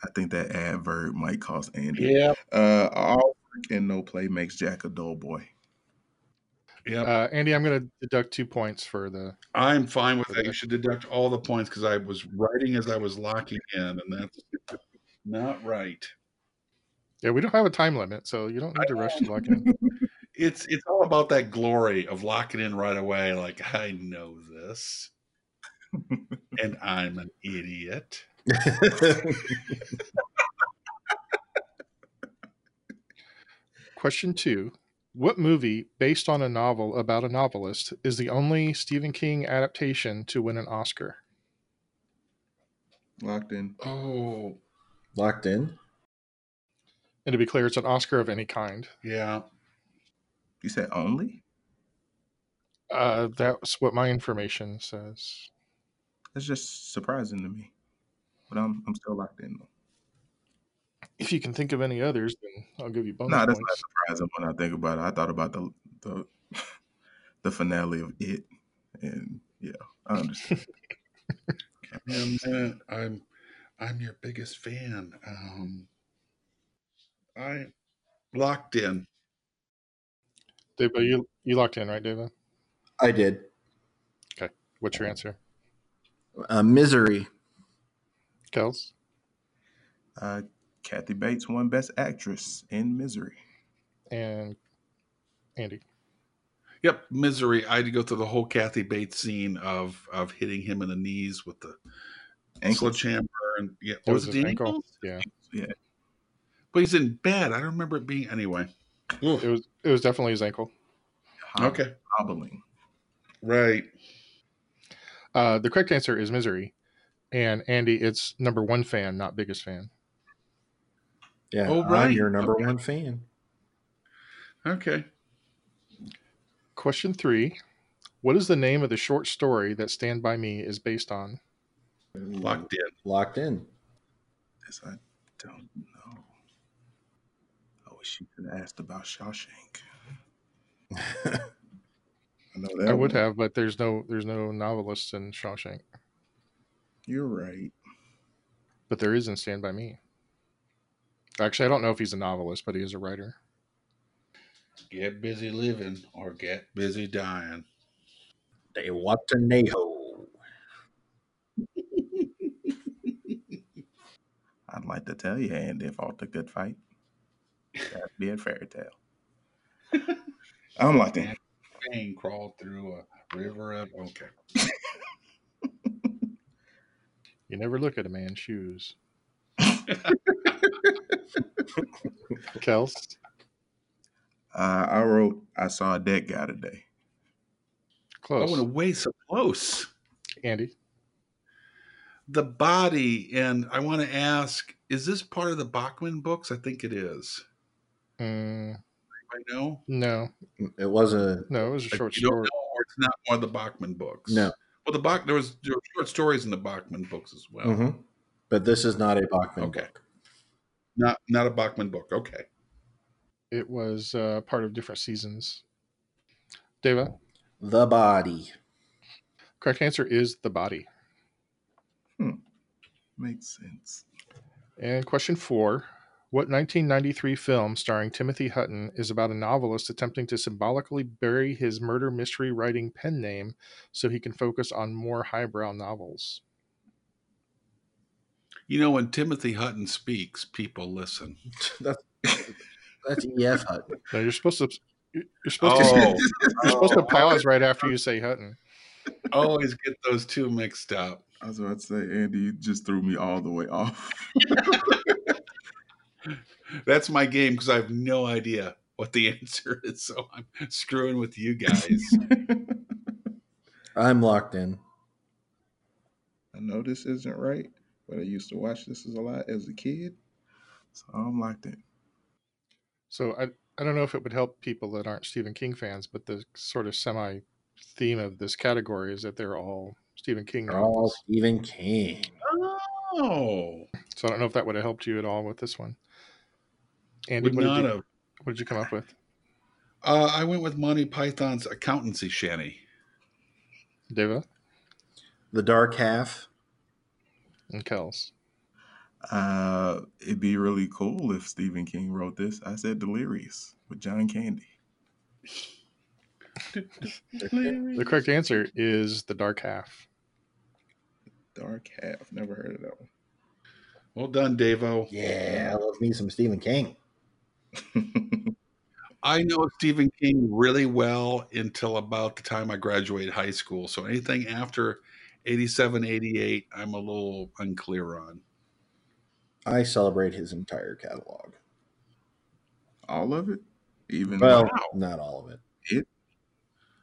I think that adverb might cost Andy. yeah, Uh, all work and no play makes Jack a dull boy. yeah. Uh, Andy, I'm going to deduct two points for the. I'm fine with that. You should deduct all the points because I was writing as I was locking in, and that's not right. Yeah, we don't have a time limit, so you don't need to rush to lock in. It's it's all about that glory of locking in right away. Like I know this, and I'm an idiot. Question two What movie, based on a novel about a novelist, is the only Stephen King adaptation to win an Oscar? Locked in. Oh locked in? And to be clear, it's an Oscar of any kind. yeah, You said only? Uh, that's what my information says. That's just surprising to me. But I'm I'm still locked in. Though. If you can think of any others, then I'll give you bonus Nah, that's not points. surprising when I think about it. I thought about the the the finale of it, and yeah, I understand. Give me a minute. I'm I'm your biggest fan. Um, I locked in. Deva, you you locked in, right, Deva? I did. What's your answer, Uh, misery. Kels? uh, Kathy Bates won Best Actress in Misery. And Andy. Yep, misery. I had to go through the whole Kathy Bates scene of of hitting him in the knees with the Ankles. sledgehammer, and yeah, That what was, was it his the ankle? ankles? Yeah, But he's in bed. I don't remember it being anyway. it was it was definitely his ankle. Hob- Hobbling. right. Uh, the correct answer is misery. And Andy, it's number one fan, not biggest fan. Yeah, Oh, I'm right. your number Okay. one fan. Okay. Question three: What is the name of the short story that Stand by Me is based on? Locked in. Locked in. This I don't know. I wish you could have asked about Shawshank. I know that I would one. have, but there's no there's no novelists in Shawshank, You're right. but there is in Stand by Me. Actually, I don't know if he's a novelist, but he is a writer. Get busy living or get busy dying. They want to Neho. I'd like to tell you, Andy, if all the good fight, that'd be a fairy tale. I'm locked in. Pain crawled through a river of okay. You never look at a man's shoes. Kels, Uh, I wrote, I saw a dead guy today. close. Oh, in a way, so close. Andy, The body, and I want to ask: Is this part of the Bachman books? I think it is. mm, I know. no, It was a no, it was a Like, short you don't story. know, or it's not one of the Bachman books. no. Well, the Bach there was there were short stories in the Bachman books as well. Mhm. But this is not a Bachman Oh. Okay. book. Not not a Bachman book. Okay. It was uh, part of different seasons. Deva, The body. correct answer is the body. Makes sense. And question four What 1993 film starring Timothy Hutton is about a novelist attempting to symbolically bury his murder mystery writing pen name so he can focus on more highbrow novels? You know, when Timothy Hutton speaks, people listen. That's that's E EF Hut. No, you're supposed to. You're supposed to. Oh, You're Um, supposed to Oh. pause right after you say Hutton. I always get those two mixed up. I was about to say, Andy, you just threw me all the way off. That's my game because I have no idea what the answer is. So I'm screwing with you guys. I'm locked in. I know this isn't right, but I used to watch this as a lot as a kid. So I'm locked in. So I I don't know if it would help people that aren't Stephen King fans, but the sort of semi theme of this category is that they're all Stephen King They're all novels. Stephen King. oh, So I don't know if that would have helped you at all with this one. Andy, would what did, not you, have. what did you come up with? Uh, I went with Monty Python's accountancy shanty. Deva The Dark Half. and Kells. Uh, it'd be really cool if Stephen King wrote this. I said Delirious with John Candy. The correct answer is the dark half. Dark Half. Never heard of that one. Well done, Davo. Yeah, I love me some Stephen King. I know Stephen King really well until about the time I graduated high school. So anything after 87, 88, I'm a little unclear on. I celebrate his entire catalog. all of it? Even Well, Wow. not all of it. It-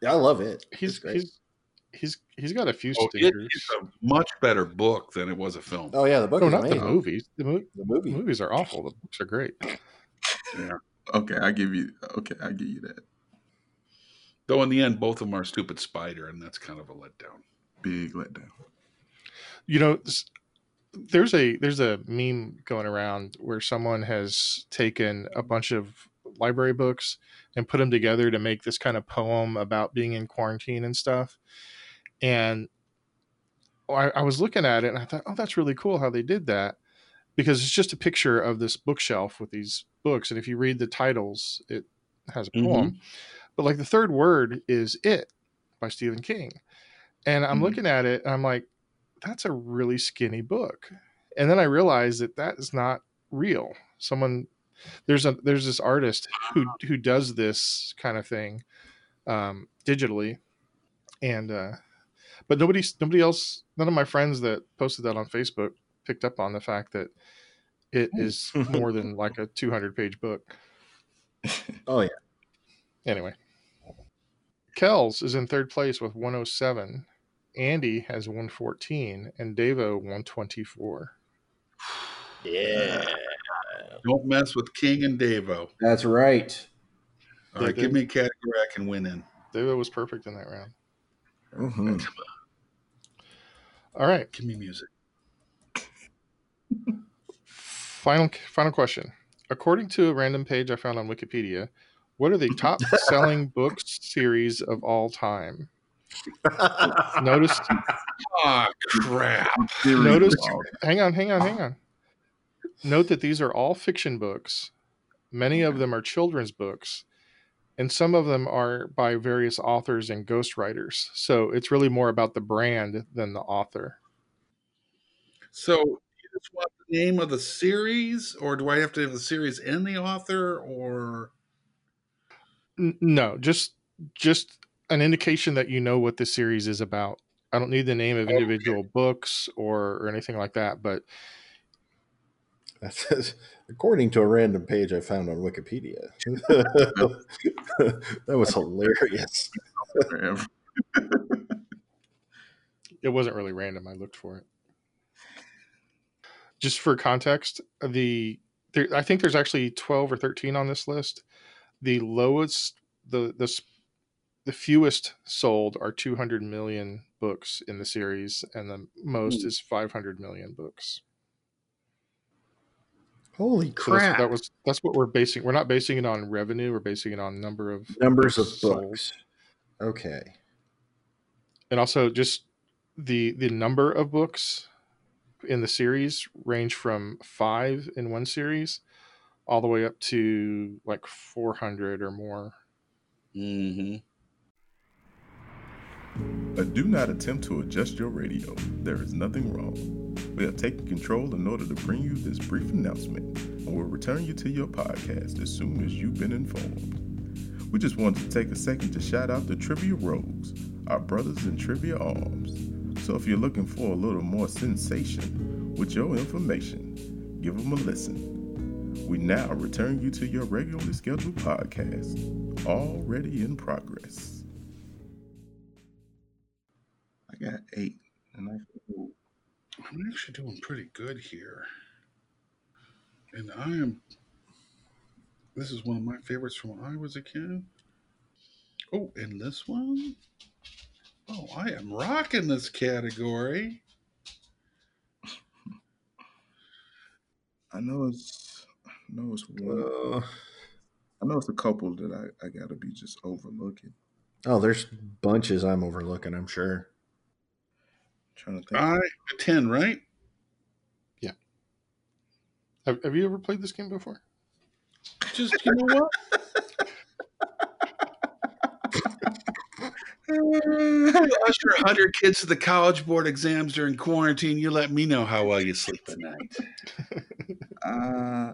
Yeah, I love it. It's He's great. he's he's he's got a few Oh, it stinkers. is a much better book than it was a film. oh yeah, the book Oh, is not amazing. the movies. The mo- The movie. movies are awful. The books are great. okay, I give you okay, I give you that. Though in the end, both of them are stupid spider, and that's kind of a letdown. Big letdown. you know s- there's a there's a meme going around where someone has taken a bunch of library books and put them together to make this kind of poem about being in quarantine and stuff and I, I was looking at it and i thought oh that's really cool how they did that because it's just a picture of this bookshelf with these books and if you read the titles it has a poem but like the third word is it by stephen king and i'm Mhm. looking at it and i'm like that's a really skinny book and then i realized that that is not real someone there's a there's this artist who who does this kind of thing um digitally and uh but nobody nobody else none of my friends that posted that on facebook picked up on the fact that it is more than like a 200 page book Oh yeah. anyway kells is in third place with 107 andy has 114 and davo 124 Yeah. Don't mess with King and Davo. That's right. All right, give me a category I can win in. davo was perfect in that round Mhm. All right. Give me music. Final final question. According to a random page I found on Wikipedia, what are the top selling books series of all time? Notice Ah, crap. Series Notice- of all- hang on, hang on, hang on. Note that these are all fiction books. Many of them are children's books, and some of them are by various authors and ghostwriters. So it's really more about the brand than the author. So you just want the name of the series, or do I have to have the series and the author, or N- no, just just an indication that you know what the series is about. I don't need the name of Okay. individual books or, or anything like that, but That says, according to a random page I found on Wikipedia. that was hilarious. forever. it wasn't really random. I looked for it. Just for context, the there, I think there's actually twelve or thirteen on this list. The lowest, the the s- the fewest sold are 200 million books in the series, and the most is 500 million books. Holy So that's, crap! that was that's what we're basing. We're not basing it on revenue. We're basing it on number of Numbers of sold. books. Okay. and also just the the number of books in the series range from five in one series all the way up to like 400 or more Mm-hmm. But do not attempt to adjust your radio. There is nothing wrong. We are taking control in order to bring you this brief announcement, and we'll return you to your podcast as soon as you've been informed. We just wanted to take a second to shout out the Trivia Rogues, our brothers in Trivia Arms. So if you're looking for a little more sensation with your information, give them a listen. We now return you to your regularly scheduled podcast, already in progress. I got eight, and I feel I'm actually doing pretty good here. And I am. This is one of my favorites from when I was a kid. Oh, and this one? Oh, I am rocking this category. I know it's I know it's one. Uh, I know it's a couple that I, I gotta be just overlooking. oh, there's bunches I'm overlooking. I'm sure. trying to think. I 10, right? have, have you ever played this game before Just you know what? You usher 100 kids to the college board exams during quarantine. You let me know how well you sleep at night. Uh,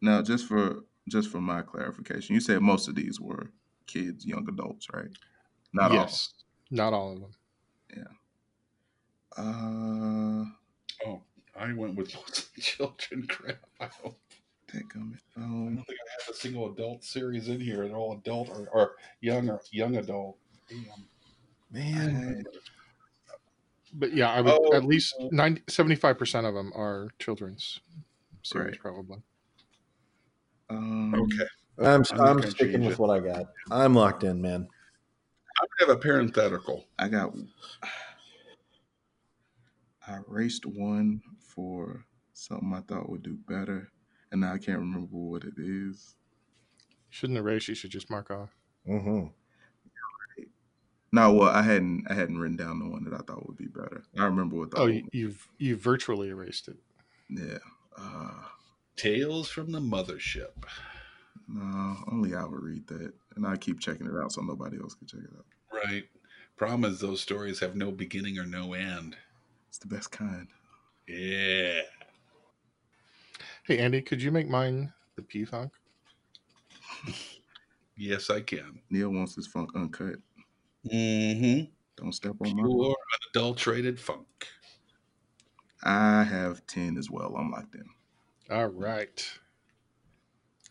now just for just for my clarification, you said most of these were kids, young adults, right? Not yes not all of them all. Uh, Oh, I went with lots of children crap. I don't, dadgummit. I Um, don't think I have a single adult series in here. They're all adult or, or young or young adult. Damn. I Man, had but yeah i would Oh, at least uh, 90, 75% of them are children's series Right. probably um, Okay. I'm not I'm gonna sticking change with it. what I got. I'm locked in, man. I'm going to have a parenthetical. I got I raced one for something I thought would do better, and now I can't remember what it is. shouldn't erase you should just mark off hmm No, well, I hadn't I hadn't written down the one that I thought would be better. I remember what the oh old you, you've you virtually erased it Yeah. Uh, Tales from the Mothership. no, only I would read that, and I keep checking it out so nobody else can check it out. Right. Problem is, those stories have no beginning or no end. It's the best kind. Yeah. hey andy could you make mine the p-funk Yes, I can. Neil wants his funk uncut. Mm-hmm. Don't step on my. Pure unadulterated funk. I have ten as well. I'm locked in. All right.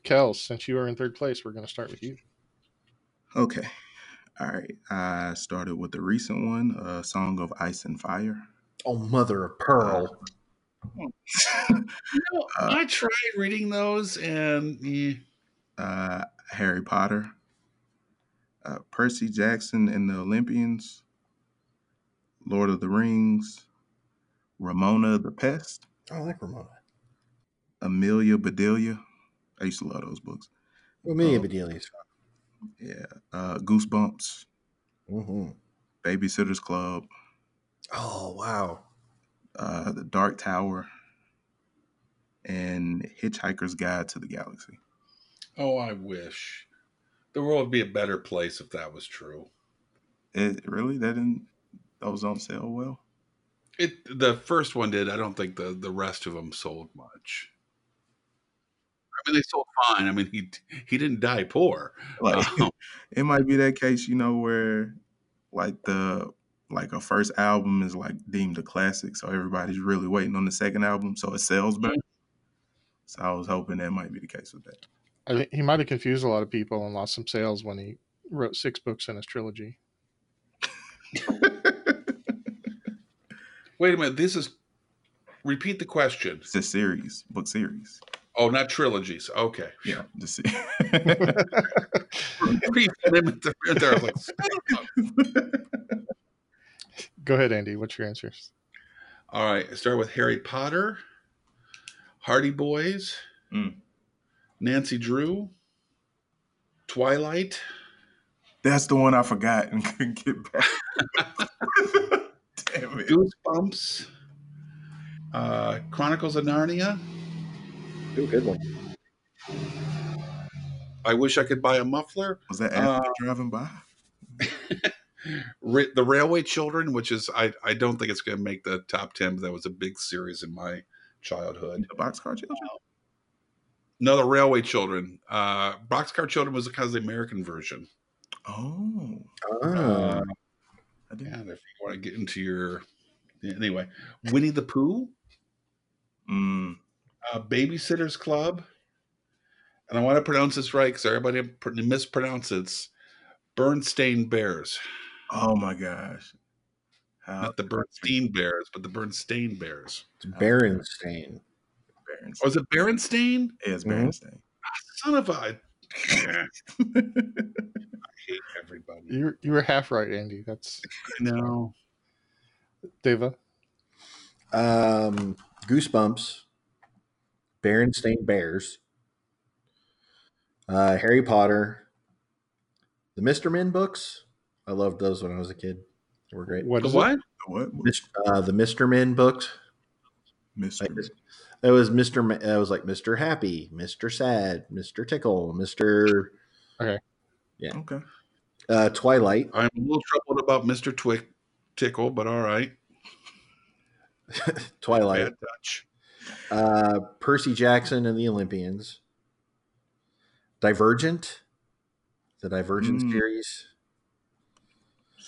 Kels, since you are in third place, we're going to start with you. Okay. All right. I started with the recent one, uh, "Song of Ice and Fire." Oh, mother of pearl. You know, Uh, I tried reading those and eh, uh, Harry Potter, uh, Percy Jackson and the Olympians, Lord of the Rings, Ramona the Pest, I like Oh, Ramona. Amelia Bedelia. I used to love those books. Well, me Oh. and Bedelia's Yeah. Uh, Goosebumps, fine. hmm Babysitter's Club, Oh wow. uh, The Dark Tower, and Hitchhiker's Guide to the Galaxy. oh, I wish the world would be a better place if that was true. It really that didn't those don't sell well. It the first one did. I don't think the the rest of them sold much. I mean, they sold fine. I mean, he he didn't die poor. Like Um, it might be that case, you know, where like the like a first album is like deemed a classic, so everybody's really waiting on the second album, so it sells better. So I was hoping that might be the case with that. I think he might have confused a lot of people and lost some sales when he wrote six books in his trilogy. wait a minute. This is repeat the question. It's a series, book series. Oh, not trilogies. Okay. Yeah, the se- Read them at the- at the- I was like, son of a- Go ahead, Andy. What's your answers? All right. Start with Harry Potter, Hardy Boys, Mm. Nancy Drew, Twilight. That's the one I forgot and couldn't get back. Damn it. Goosebumps, uh, Chronicles of Narnia. Ooh, good one. I wish I could buy a muffler. Was that after driving by? Ra- the Railway Children, which is I I don't think it's going to make the top ten, but that was a big series in my childhood. The boxcar children? No, the Railway Children. Uh, Boxcar Children was kind of the American version. Oh. Ah. Uh, I did. and if you want to get into your yeah, anyway, Winnie the Pooh, Mm. uh, Babysitters Club, and I want to pronounce this right because everybody pr- mispronounces Bernstein Bears. Oh my gosh. How not the Bernstein Bears, but the Bernstein Bears. It's Berenstain. Berenstain. Or Mm-hmm. is it Berenstain? Yeah, it's Mhm. Berenstain. Son of a. I hate everybody. You you were half right, Andy. That's I know. Deva. Um, Goosebumps. Berenstain Bears. Uh, Harry Potter. The Mr. Men books. I loved those when I was a kid. They were great. What The is it? what? What? Mis- Uh, the Mr. Men books. Mr. Like this- That was Mr. Ma- That was like Mr. Happy, Mr. Sad, Mr. Tickle, Mr. Okay. Uh, Twilight, I'm a little troubled about Mr. Twick Tickle, but all right. Twilight, Bad touch. uh, Percy Jackson and the Olympians, Divergent, the Divergent Hmm. Mm. series.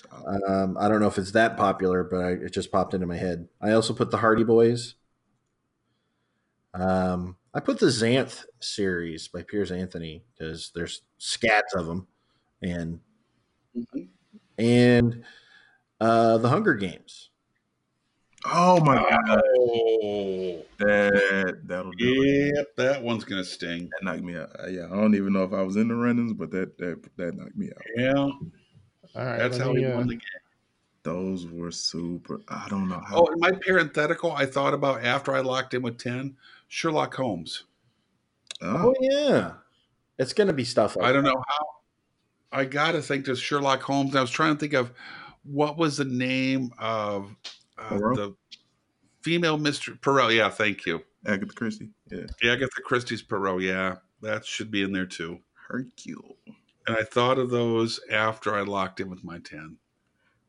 Uh, Solid. Um, I don't know if it's that popular, but I, it just popped into my head. I also put the Hardy Boys. Um, I put the Xanth series by Piers Anthony because there's scats of them, and Mm-hmm. and uh, the Hunger Games. Oh my uh, god. Oh, That that'll do it. yep. That one's going to sting. That knocked me out. Uh, yeah, I don't even know if I was in the runnings, but that that that knocked me out. Yeah. All right, That's let how me, he uh, won the game. Those were super. I don't know how. Oh, and my parenthetical I thought about after I locked in with 10 Sherlock Holmes. Oh Oh, yeah, it's gonna be stuff. Like I don't know how. I got to think there's Sherlock Holmes. I was trying to think of what was the name of uh, Poirot? the female Mr. Perot. Yeah, thank you. Agatha Christie. Yeah, Agatha Christie's Perot. Yeah, that should be in there too. Hercule. And I thought of those after I locked in with my 10.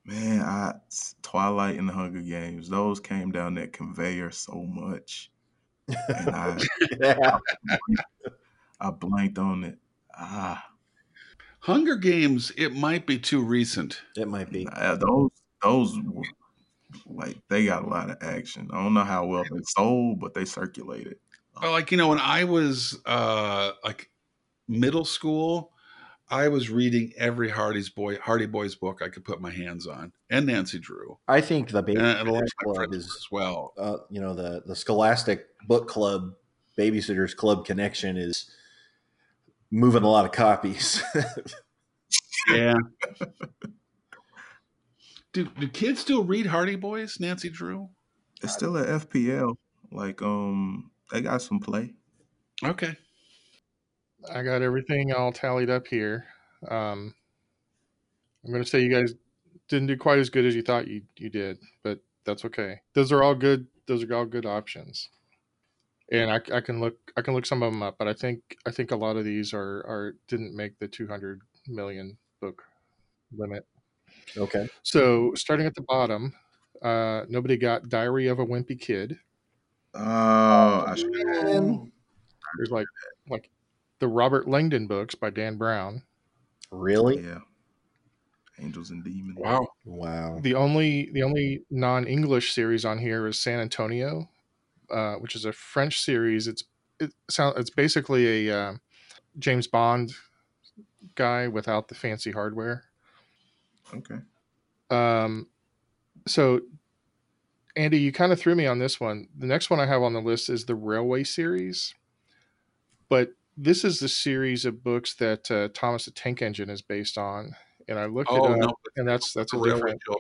Man, I Twilight and the Hunger Games. Those came down that conveyor so much, and I Yeah. I blanked on it. Ah, Hunger Games, it might be too recent. It might be. nah, those those were like they got a lot of action. I don't know how well they sold, but they circulated. But like, you know, when I was uh like middle school, I was reading every Hardy's boy Hardy Boys book I could put my hands on, and Nancy Drew. I think the baby and, and a lot of Babysitters my Club friends were is, as well. uh, you know, the the Scholastic Book Club Babysitters Club connection is moving a lot of copies. Yeah. do do kids still read Hardy Boys, Nancy Drew? It's still at FPL. Like um, they got some play. Okay. I got everything all tallied up here. Um, I'm going to say you guys didn't do quite as good as you thought you, you did, but that's okay. Those are all good. Those are all good options. And I, I can look I can look some of them up, but I think I think a lot of these are are didn't make the 200 million book limit. okay, So starting at the bottom, uh, nobody got Diary of a Wimpy Kid. Oh, I should have had. and There's like like the Robert Langdon books by Dan Brown. really, Yeah, Angels and Demons. Wow. wow, the only the only non-english series on here is san antonio uh, which is a french series it's it sound, it's basically a uh, james bond guy without the fancy hardware Okay. um, so andy you kind of threw me on this one the next one i have on the list is the railway series but this is the series of books that uh, thomas the tank engine is based on and i looked at it Oh up no, and that's that's a Railway different Children.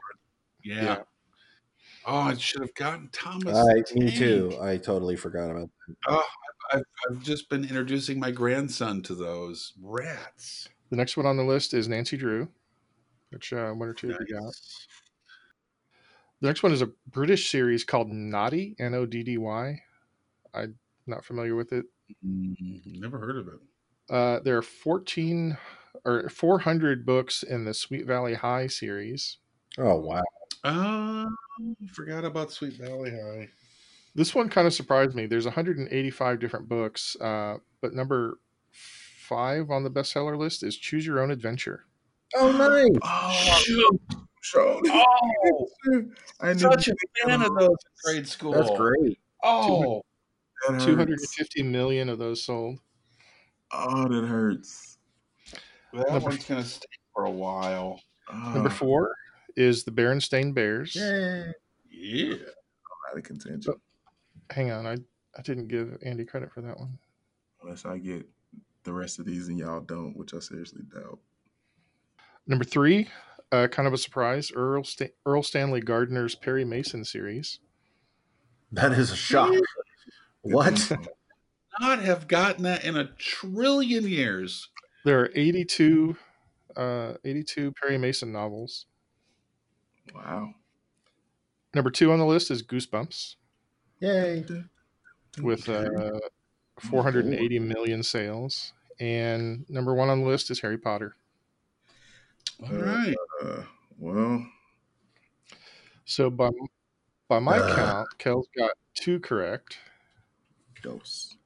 Yeah. uh, Yeah. Oh, I should have gotten Thomas. I, the me Tank. too. I totally forgot about I've, I've just been introducing my grandson to those rats. The next one on the list is Nancy Drew, which uh, one or two we got. Nice. The next one is a British series called Noddy, N O D D Y. I'm not familiar with it. Mm, Never heard of it. Uh, there are 14 or 400 books in the Sweet Valley High series. that. Oh, wow. Oh, forgot about Sweet Valley High. This one kind of surprised me. There's 185 different books, uh, but number five on the bestseller list is Choose Your Own Adventure. Oh, nice. Oh, Shoot. oh I knew such a fan of those in grade school. That's great. Oh, that hurts. 250 million of those sold. Oh, that hurts. that Number- one's going to stay for a while. Oh, Number four is The Berenstain Bears. Yay. Yeah. Out of contention. Hang on, I, I didn't give Andy credit for that one. Unless I get the rest of these and y'all don't, which I seriously doubt. Number three, uh, kind of a surprise, Earl, Sta Earl Stanley Gardner's Perry Mason series. That is a shock. Good What? thing. Not have gotten that in a trillion years. There are 82, uh, 82 Perry Mason novels. Wow. Number two on the list is Goosebumps Yay. with uh, 480 million sales. And number one on the list is Harry Potter. All right. Uh, well, So by by my Ugh. count, Kel's got two correct, dose.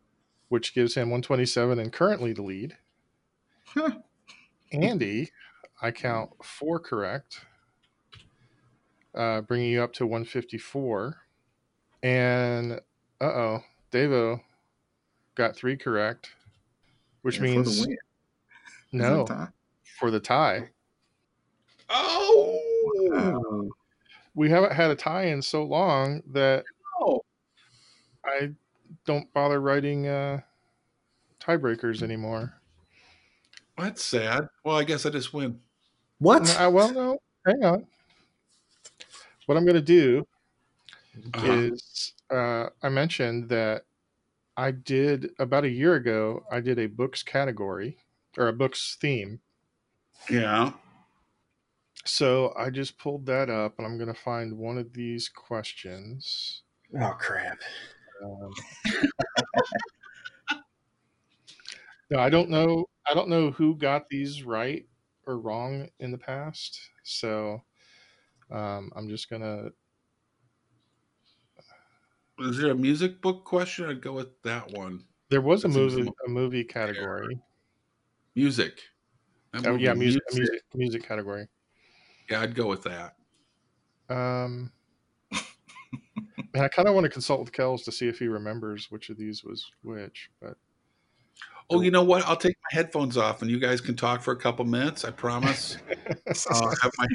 which gives him 127 and currently the lead. Huh. Andy, I count four correct, uh, bringing you up to 154. And uh oh, Davo got three correct, which And for the means win. Is it a no tie? for the tie. Oh, We haven't had a tie in so long that no. I don't bother writing uh, tiebreakers anymore. that's sad. Well, I guess I just win. What? No, I- well, no, hang on. What I'm going to do Uh-huh. is uh, I mentioned that I did about a year ago. I did a books category or a books theme. Yeah. So I just pulled that up, and I'm going to find one of these questions. Oh, crap. Um, no, I don't know. I don't know who got these right or wrong in the past. So um, I'm just going to Is there a music book question? I'd go with that one. There was a That seems the movie, most a movie category. Music. That Oh, movie, yeah, music, music, music category. Yeah, I'd go with that. Um, and I kind of want to consult with Kells to see if he remembers which of these was which. But Oh, you know what? I'll take my headphones off and you guys can talk for a couple minutes. I promise. I'll Uh, have my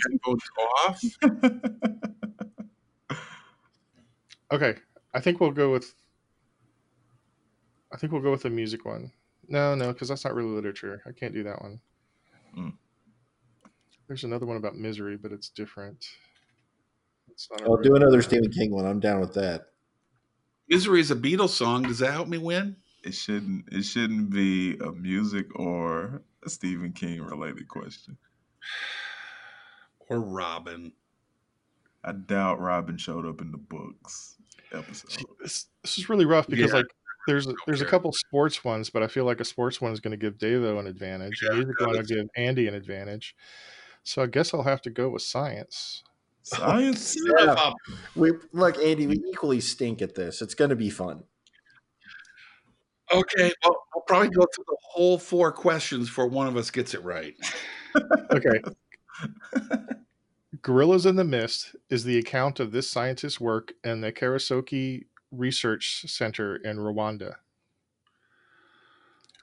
headphones off. okay, I think we'll go with. I think we'll go with the music one. No, no, because that's not really literature. I can't do that one. Hmm. Mm. There's another one about misery, but it's different. It's not. a I'll real- do another Stephen King one. I'm down with that. Misery is a Beatles song. Does that help me win? it shouldn't. It shouldn't be a music or a Stephen King related question. Or Robin? I doubt Robin showed up in the books See, episode. This, this is really rough because Yeah. like there's a, there's a care. couple sports ones, but I feel like a sports one is going to give Davo an advantage. Yeah, a music one will that's- give Andy an advantage. So I guess I'll have to go with science. Science. Son of a- We look, Andy. We equally stink at this. It's going to be fun. Okay. Well, I'll probably go through the whole four questions before one of us gets it right. Okay. Gorillas in the Mist is the account of this scientist's work in the Karasoki Research Center in Rwanda.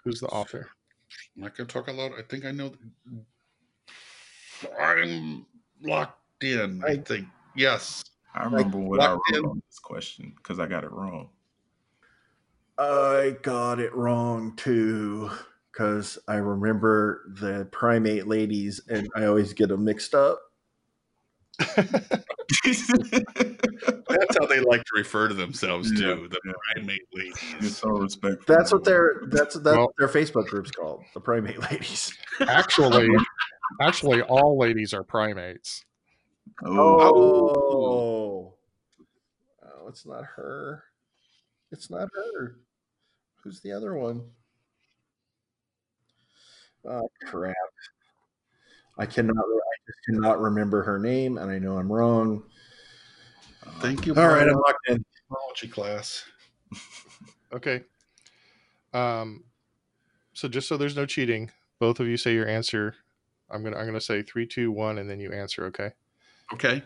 Who's the author? I'm not going to talk aloud. I think I know. I'm locked in, I I- think. Yes. I remember what I wrote locked in. on this question because I got it wrong. I got it wrong too because I remember the primate ladies, and I always get them mixed up. That's how they like to refer to thrimselves Yeah, too. The yeah. primate You're ladies. so respectful. That's what their that's that's Well- what their Facebook group's called, the primate ladies. actually, actually, all ladies are primates. Oh, Oh. oh, it's not her. It's not her. Who's the other one? Oh crap! I cannot. I just cannot remember her name, and I know I'm wrong. Thank you. All right, Brian. I'm locked in. biology class. Okay. Um, so just so there's no cheating, both of you say your answer. I'm gonna I'm gonna say three, two, one, and then you answer. Okay. Okay.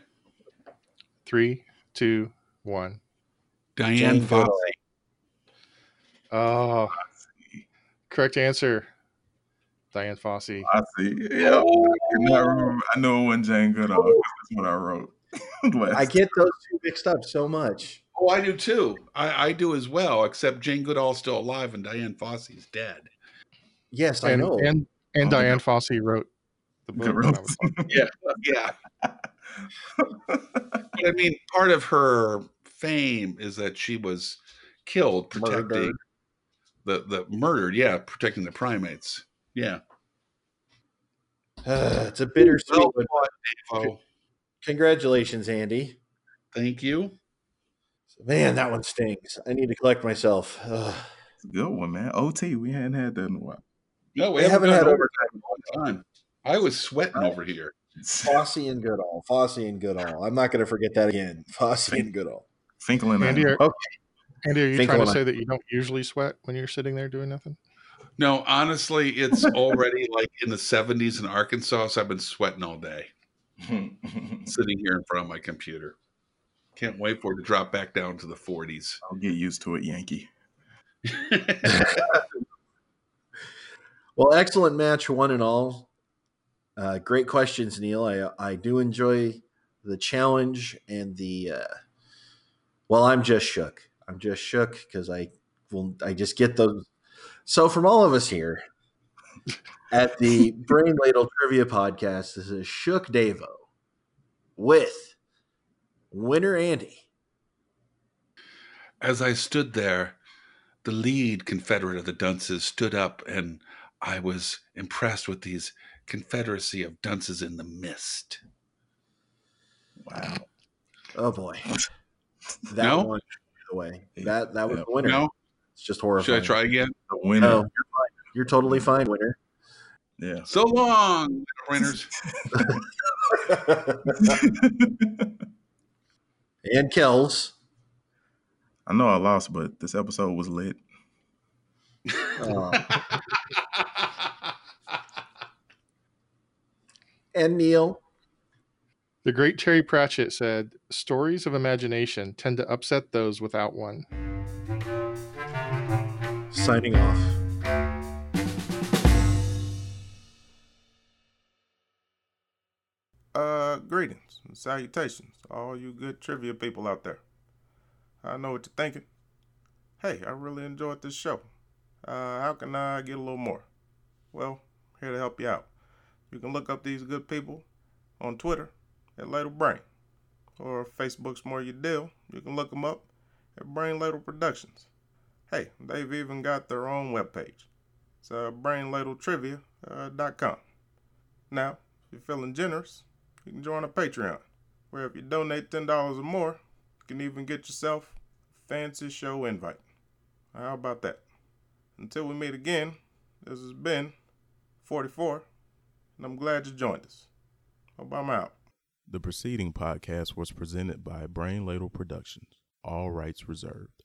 Three, two, one. Diane Jane Goodall. Fox. Oh, correct answer. Diane Fossey. I see. Yeah, I, could not Oh. remember. I knew it wasn't Jane Goodall. 'cause That's what I wrote. Last I get those two mixed up so much. Oh, I do too. I, I do as well, except Jane Goodall's still alive and Diane Fossey's dead. Yes, I And know. and, and Oh, Diane Fossey wrote the book. Goodall. that I was talking about. Yeah. But I mean, part of her fame is that she was killed protecting Murdered. the the murdered. Yeah, protecting the primates. Yeah. it's a bittersweet Well one. fought, Davo. Congratulations, Andy. Thank you. Man, that one stings. I need to collect myself. Ugh. It's a good one, man. OT. We hadn't had that in a while. No, we They haven't had done overtime. Oh. overtime in a long time. I was sweating over here. Oh, Fossey and Goodall. Fossey and Goodall. I'm not going to forget that again. Fossey and Goodall. Finkelin. Andy, are, Okay. Andy, are you Think trying to on it. say that you don't usually sweat when you're sitting there doing nothing? No, honestly, it's already like in the 70s in Arkansas, so I've been sweating all day sitting here in front of my computer. Can't wait for it to drop back down to the 40s. I'll get used to it, Yankee. Well, excellent match, one and all. Uh, great questions, Neil. I I do enjoy the challenge and the. Uh, well, I'm just shook. I'm just shook because I will. I just get those. So, from all of us here at the Brain Ladle Trivia Podcast, this is Shook Davo with winner Andy. As I stood there, the lead Confederate of the dunces stood up, and I was impressed with these Confederacy of dunces in the mist. Wow. Oh boy, that No? one. By the way, that that was Yeah. the winner. No, It's just horrifying. should I try again? The winner. Oh. No, Oh, you're fine. You're totally fine, winner. Yeah. So long, winners. and Kells. I know I lost, but this episode was lit. Uh, and Neil. The great Terry Pratchett said, "Stories of imagination tend to upset those without one." Signing off. Uh, greetings and salutations, all you good trivia people out there. I know what you're thinking. Hey, I really enjoyed this show. Uh, how can I get a little more? Well, here to help you out. You can look up these good people on Twitter at Ladle Brain, or Facebook's More Your Deal. You can look them up at Brain Ladle Productions. Hey, they've even got their own webpage. It's uh, brainladletrivia.com. Now, if you're feeling generous, you can join a Patreon, where if you donate ten dollars or more, you can even get yourself a fancy show invite. How about that? Until we meet again, this has been 44, and I'm glad you joined us. Hope I'm out. The preceding podcast was presented by Brain Ladle Productions, all rights reserved.